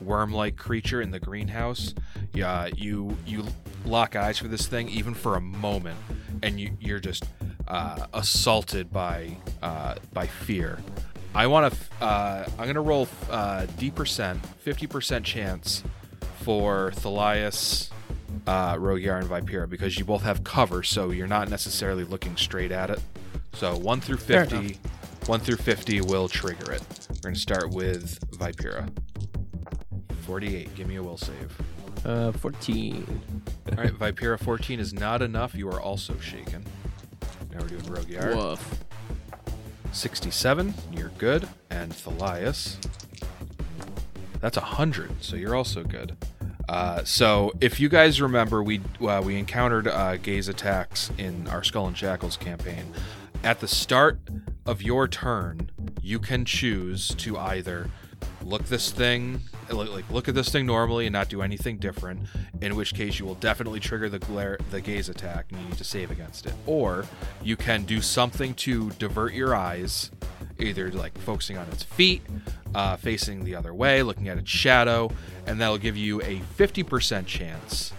worm-like creature in the greenhouse. Yeah, you you lock eyes for this thing even for a moment, and you, you're just uh, assaulted by uh, by fear. I want to. Uh, I'm gonna roll uh, D percent, fifty percent chance for Thelias, uh, Rogyar, and Vipera because you both have cover, so you're not necessarily looking straight at it. So one through fifty, one through fifty will trigger it. We're gonna start with Vipera. Forty-eight. Give me a will save.
Uh, 14.
All right, Vipera fourteen is not enough. You are also shaken. Now we're doing Rogyar.
Woof.
67, you're good. And Thelias, that's 100, so you're also good. Uh, so if you guys remember, we uh, we encountered uh, gaze attacks in our Skull and Shackles campaign. At the start of your turn, you can choose to either look this thing like like, look at this thing normally and not do anything different in which case you will definitely trigger the glare the gaze attack and you need to save against it or you can do something to divert your eyes either like focusing on its feet uh, facing the other way looking at its shadow and that'll give you a 50% chance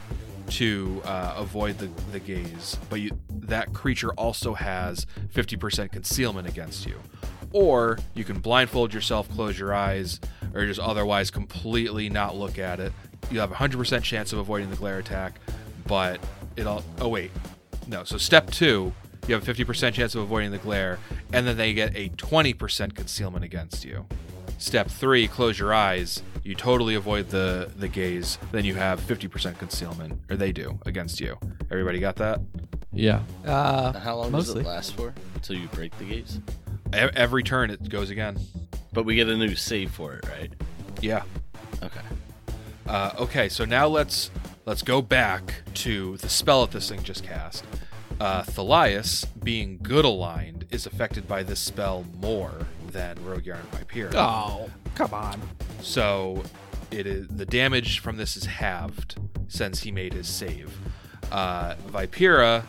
to uh, avoid the, the gaze, but you, that creature also has 50% concealment against you. Or you can blindfold yourself, close your eyes, or just otherwise completely not look at it. You have a 100% chance of avoiding the glare attack, but it'll. Oh, wait. No. So, step two, you have a 50% chance of avoiding the glare, and then they get a 20% concealment against you. Step three, close your eyes. You totally avoid the the gaze. Then you have 50% concealment, or they do against you. Everybody got that?
Yeah.
Uh,
How long
Mostly.
does it last for? Until you break the gates?
E- every turn it goes again.
But we get a new save for it, right?
Yeah.
Okay.
Uh, okay, so now let's let's go back to the spell that this thing just cast. Uh, Thalias, being good aligned, is affected by this spell more than Rogyar and Viper.
oh, come on.
So it is the damage from this is halved since he made his save. Uh, Vipera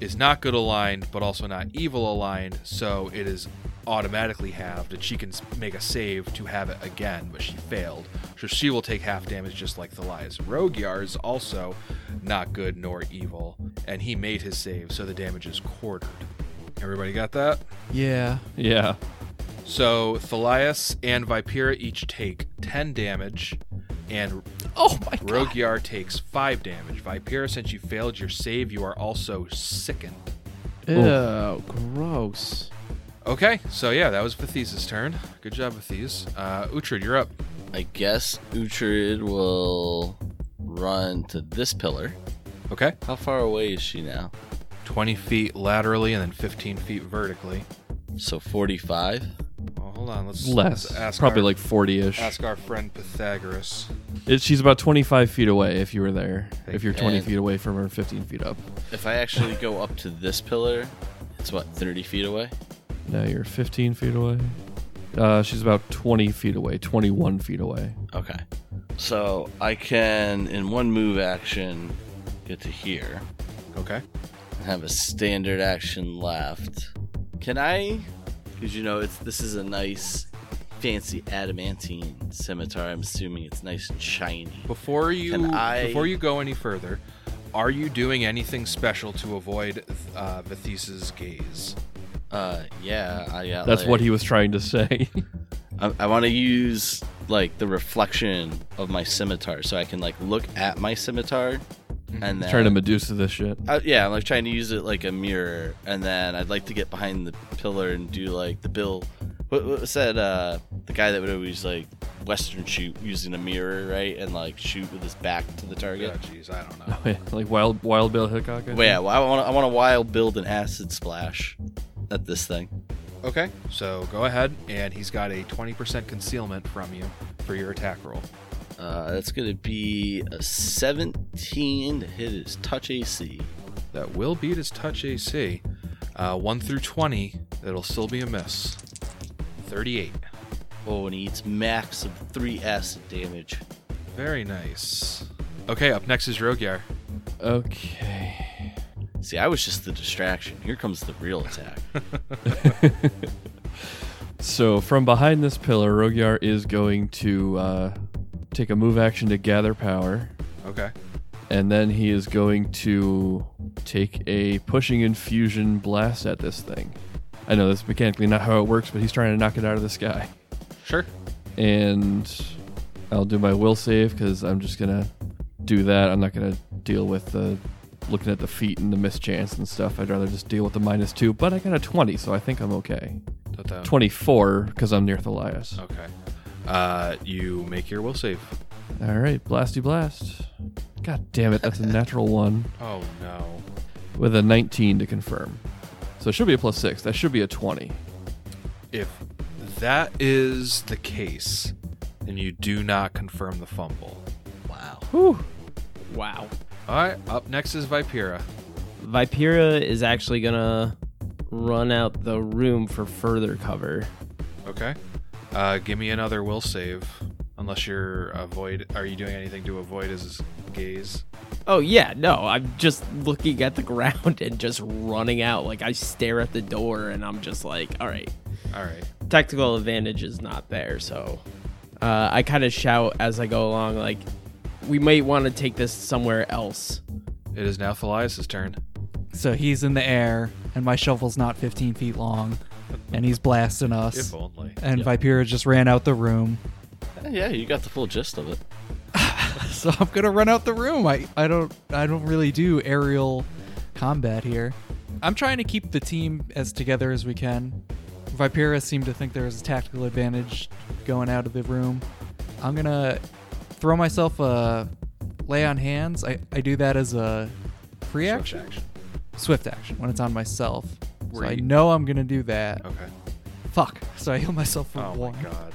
is not good aligned, but also not evil aligned, so it is automatically halved, and she can s- make a save to have it again, but she failed. So she will take half damage just like Thalias. Rogyar is also not good nor evil, and he made his save, so the damage is quartered. Everybody got that?
Yeah.
Yeah.
So Thalias and Vipera each take 10 damage, and
Oh my
Rogiar takes 5 damage. Vipera, since you failed your save, you are also sickened. Oh.
Ew, gross.
Okay, so yeah, that was Bathise's turn. Good job, Bathise. Uh, Uhtred, you're up.
I guess Uhtred will run to this pillar.
Okay.
How far away is she now?
20 feet laterally and then 15 feet vertically.
So 45?
Well, hold on, let's,
Less.
let's ask
Probably
our,
like 40 ish.
ask our friend Pythagoras.
It, she's about 25 feet away if you were there. If you're 20
God.
feet away from her, 15 feet up.
If I actually go up to this pillar, it's what, 30 feet away?
Now you're 15 feet away. Uh, she's about 20 feet away, 21 feet away.
Okay. So I can, in one move action, get to here.
Okay.
I have a standard action left. Can I? Because you know, it's this is a nice, fancy adamantine scimitar. I'm assuming it's nice and shiny.
Before you
Can I-
before you go any further, are you doing anything special to avoid uh, Vithise's gaze?
Uh, yeah, I got.
That's
like-
what he was trying to say.
I, I want to use like the reflection of my scimitar, so I can like look at my scimitar, and then
trying to Medusa this shit.
Uh, yeah, I'm like trying to use it like a mirror, and then I'd like to get behind the pillar and do like the Bill. What, what was that? Uh, the guy that would always like Western shoot using a mirror, right? And like shoot with his back to the target.
Oh, jeez, I don't know.
like Wild Wild Bill Hickok. I think.
Well, yeah, well, I want to I want to wild build an acid splash at this thing.
Okay, so go ahead, and he's got a 20% concealment from you for your attack roll.
Uh, that's gonna be a 17 to hit his touch AC.
That will beat his touch AC. Uh, 1 through 20, that'll still be a miss. 38.
Oh, and he eats max of three acid damage.
Very nice. Okay, up next is Rogyar.
Okay.
See, I was just the distraction. Here comes the real attack.
So from behind this pillar, Rogyar is going to uh, take a move action to gather power,
Okay.
and then he is going to take a pushing infusion blast at this thing. I know that's mechanically not how it works, but he's trying to knock it out of the sky.
Sure.
and I'll do my will save because I'm just gonna do that. I'm not gonna deal with the looking at the feet and the mischance and stuff. I'd rather just deal with the minus two. But I got a twenty, so I think I'm okay.
Put that-
Twenty four because I'm near Thalias.
Okay. Uh, you make your will save.
All right, blasty blast. God damn it, that's a natural one
Oh, no.
with a nineteen to confirm. So it should be a plus six. That should be a twenty.
If that is the case, then you do not confirm the fumble.
Wow.
Wow.
All right, up next is Vipera.
Vipera is actually gonna run out the room for further cover.
Okay. Uh, give me another will save. Unless you're avoid, are you doing anything to avoid his gaze?
Oh yeah, no, I'm just looking at the ground and just running out. Like I stare at the door and I'm just like, all right.
All right.
Tactical advantage is not there, so uh, I kind of shout as I go along, like we might want to take this somewhere else.
It is now Thalias' turn.
So he's in the air, and my shovel's not 15 feet long, and he's blasting us.
If only.
And Vipera just ran out the room.
Yeah, you got the full gist of it.
So I'm gonna run out the room. I, I don't I don't really do aerial combat here. I'm trying to keep the team as together as we can. Vipera seemed to think there was a tactical advantage going out of the room. I'm gonna throw myself a lay on hands. I, I do that as a free action,
action.
swift action when it's on myself. So
Were
I
you-
know I'm gonna do that.
Okay.
Fuck. So I heal myself for
Oh
one.
my god.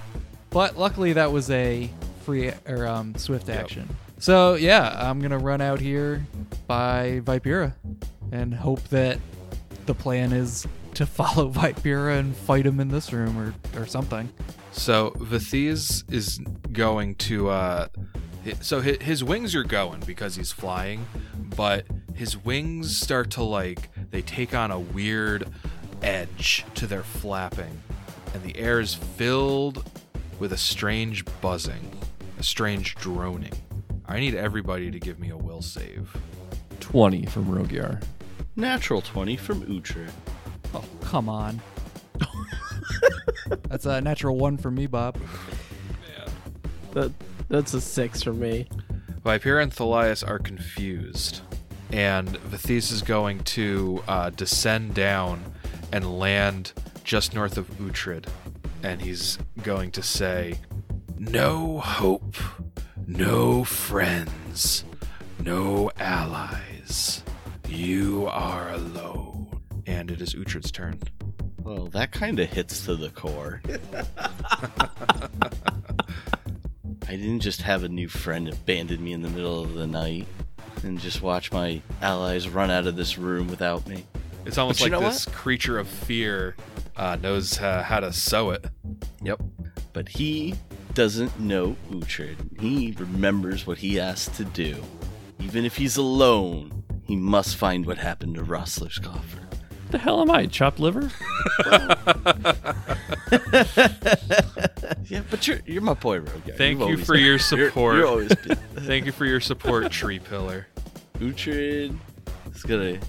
But luckily that was a free or um, swift
Yep.
action. So yeah, I'm gonna run out here by Vipera and hope that the plan is to follow Vipera and fight him in this room or, or something.
So Vathiz is going to. Uh, hi- so his, his wings are going because he's flying, but his wings start to like they take on a weird edge to their flapping, and the air is filled with a strange buzzing, a strange droning. I need everybody to give me a will save.
20 from Rogiar.
Natural 20 from Uhtred.
Oh come on. That's a natural one for me, Bob.
That, that's a six for me.
Vipera and Thalias are confused, and Vithis is going to uh, descend down and land just north of Uhtred, and he's going to say, "No hope, no friends, no allies. You are alone." And it is Uhtred's turn.
Well, that kind of hits to the core. I didn't just have a new friend abandon me in the middle of the night and just watch my allies run out of this room without me.
It's almost
But you
like
know
this creature of fear uh, knows uh, how to sow it. Yep.
But he doesn't know Uhtred. He remembers what he has to do. Even if he's alone, he must find what happened to Rostler's coffer.
The hell am I? Chopped liver?
Yeah, but you're you're my boy, Rogue.
Thank you for your support.
You're, always been.
Thank you for your support, Tree Pillar.
Uhtred is gonna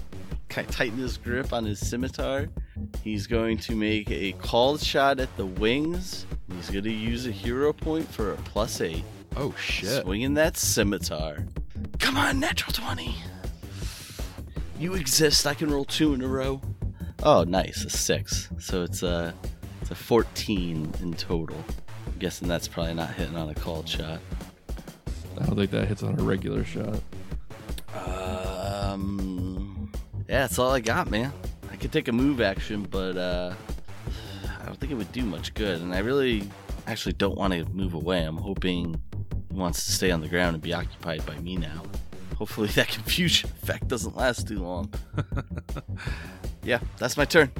kind of tighten his grip on his scimitar. He's going to make a called shot at the wings. He's gonna use a hero point for a plus eight.
Oh shit.
Swinging that scimitar. Come on, natural twenty. You exist. I can roll two in a row. Oh, nice, a six. So it's a it's a fourteen in total. I'm guessing that's probably not hitting on a called shot.
I don't think that hits on a regular shot.
Um, yeah, that's all I got, man. I could take a move action, but uh, I don't think it would do much good. And I really, actually, don't want to move away. I'm hoping he wants to stay on the ground and be occupied by me now. Hopefully, that confusion effect doesn't last too long. yeah, that's my turn.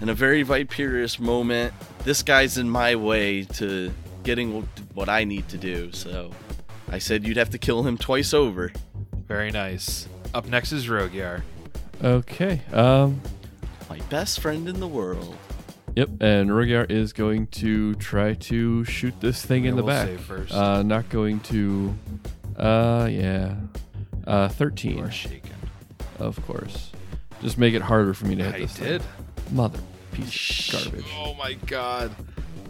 In a very Viperius moment, this guy's in my way to getting what I need to do. So, I said you'd have to kill him twice over.
Very nice. Up next is Rogier.
Okay. Um,
My best friend in the world.
Yep, and Rogiar is going to try to shoot this thing in
Yeah,
the
we'll
back.
save first.
Uh, not going to. Uh, yeah. Uh, 13,
shaken.
of course. Just make it harder for me to hit
I
this. thing.
did.
Mother piece of garbage.
Oh my god.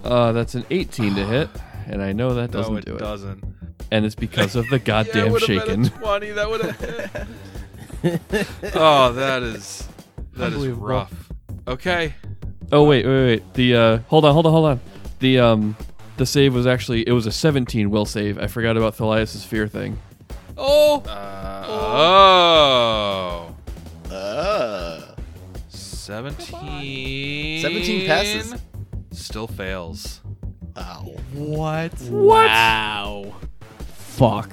Uh, that's an 18 to hit, and I know that doesn't
no, it
do it.
doesn't.
And it's because of
Yeah,
the
it
goddamn
would've
shaking.
Been a 20. That would have hit. oh, that is that is
Unbelievable.
rough. Okay.
Oh wait, wait, wait. The uh, hold on, hold on, hold on. The um, the save was actually it was a 17 will save. I forgot about Thalias' fear thing.
Oh
Uh, oh. Ah.
Uh,
17.
17 passes.
Still fails.
ow.
what?
Wow. Fuck.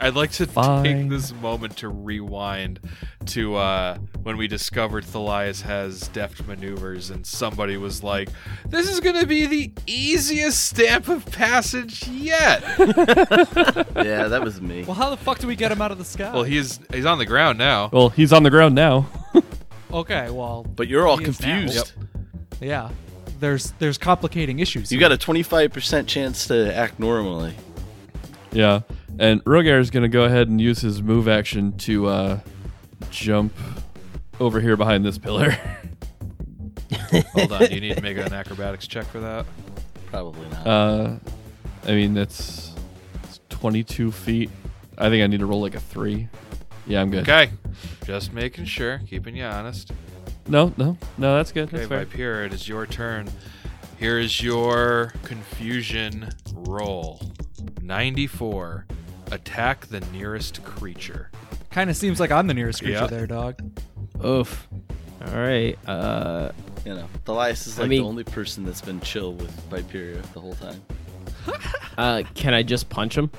I'd like to take
Fine.
this moment to rewind to uh, when we discovered Thalias has deft maneuvers, and somebody was like, "This is going to be the easiest stamp of passage yet."
Yeah, that was me.
Well, how the fuck do we get him out of the sky?
well, he's he's on the ground now.
Well, he's on the ground now.
okay, well,
But you're all
He is now.
confused.
yeah. There's there's complicating issues.
You
here.
got a 25% chance to act normally.
Yeah, and Rogar is gonna go ahead and use his move action to uh, jump over here behind this pillar.
Hold on, do you need to make an acrobatics check for that?
Probably not.
uh, I mean that's it's 22 feet. I think I need to roll like a three. Yeah, I'm good.
Okay, just making sure, keeping you honest.
No, no, no. That's good. That's
Okay,
fair.
Viper, it is your turn. Here is your confusion roll. 94. Attack the nearest creature.
Kind of seems like I'm the nearest creature
Yeah.
there, dog.
Oof. All right. Uh,
You know, Thalias is
I
like
mean-
the only person that's been chill with Viperia the whole time.
uh, can I just punch him?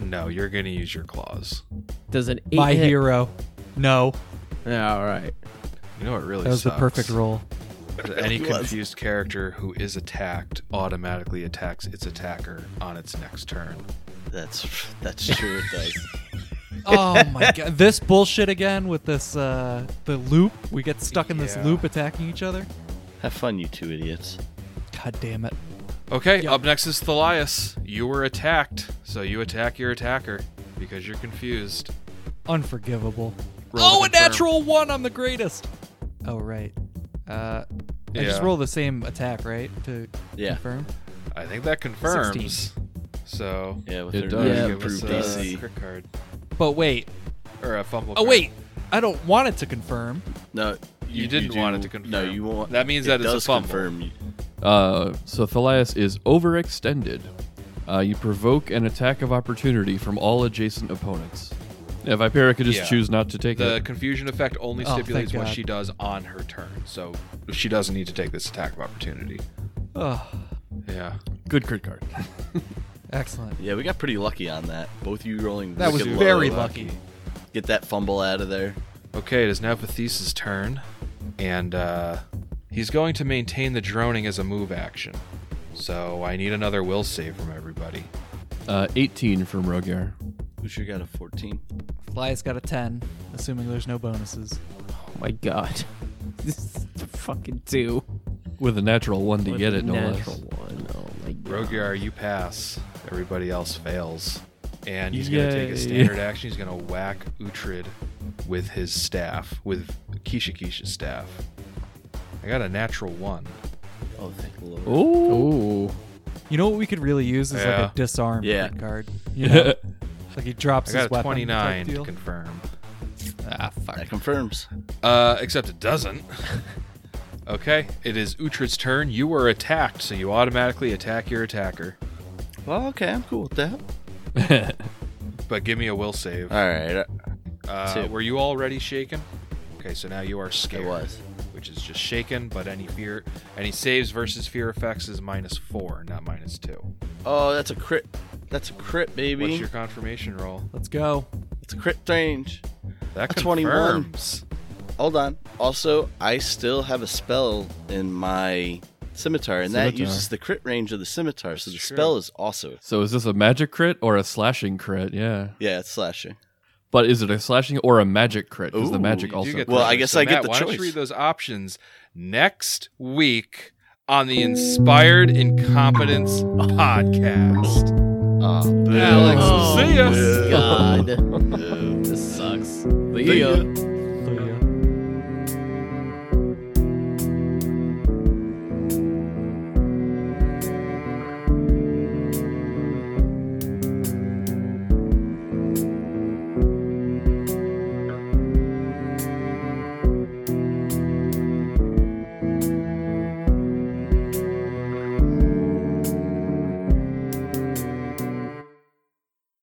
No, you're going to use your claws.
Does an eight
My
hit?
hero. No,
Yeah, all right.
You know what really
that was
sucks?
the perfect roll.
Any confused character who is attacked automatically attacks its attacker on its next turn.
That's that's true. It does.
oh my god this bullshit again with this uh the loop we get stuck in this
Yeah.
loop attacking each other
Have fun, you two idiots.
god damn it
Okay, up next is Thalias. You were attacked, so you attack your attacker because you're confused.
unforgivable
Roll to
oh a
confirm.
natural one i'm the greatest oh right uh i
Yeah.
just roll the same attack right to
Yeah.
confirm
I think that confirms. So uh,
Yeah, with
It
their
does.
new
Yeah,
give us
improved
a
DC.
crit card.
but wait
or a fumble.
oh
card.
wait i don't want it to confirm
No,
You didn't want it to confirm.
No, you won't.
That means
it
that it's a
does
fumble.
confirm. You-
Uh, so Thalias is overextended. Uh, you provoke an attack of opportunity from all adjacent opponents. Yeah, Vipera could just
Yeah.
choose not to take
The
it.
confusion effect only
Oh,
stipulates
thank
what
God.
she does on her turn, so she doesn't need to take this attack of opportunity.
Ugh.
Yeah,
Good crit card.
excellent
Yeah, we got pretty lucky on that. Both of you rolling.
that was
wicked low.
very lucky
Get that fumble out of there.
Okay, it is now Pathis's turn, and uh, he's going to maintain the droning as a move action. So I need another will save from everybody.
Uh, 18 from Rogar.
Usher got a 14.
fly's got a 10 assuming there's no bonuses
Oh my god. This is the fucking two.
With a natural one to get it, no
Natural
less.
one. Oh my god.
Ah.
Rogier, you pass. Everybody else fails. And he's going to take
Yay.
a standard action. He's going to whack Uhtred with his staff, with Keisha Keisha's staff. I got a natural one.
Oh, thank the Lord.
Oh,
Ooh.
you know what we could really use is
Yeah.
like a disarm
Yeah.
crit card you know? like he drops
I got
his
a
weapon type
29 to
deal.
confirm.
ah fuck
That confirms.
Uh, except it doesn't. okay, it is Uhtred's turn. You were attacked, so you automatically attack your attacker.
Well, okay, I'm cool with that.
But give me a will save.
All right,
Uh,
Uh, two.
were you already shaken? Okay, so now you are
it
scared.
was.
which is just shaken, but any fear any saves versus fear effects is minus four, not minus two.
Oh, that's a crit. That's a crit, baby.
What's your confirmation roll?
let's go
It's a crit range.
That
A 21.
confirms.
Hold on. Also, I still have a spell in my scimitar, and that
Scimitar.
uses the crit range of the scimitar, so the
That's true.
spell is also
so is this a magic crit or a slashing crit? Yeah.
yeah, it's slashing.
But is it a slashing or a magic crit? Because the
Ooh,
magic
You
also.
do get the
Well, I
choice.
guess
So
I get
Matt,
the
why Don't
choice.
you read those options next week on the Inspired Incompetence podcast.
Uh, Oh,
Alex, see ya.
God. this sucks. See ya.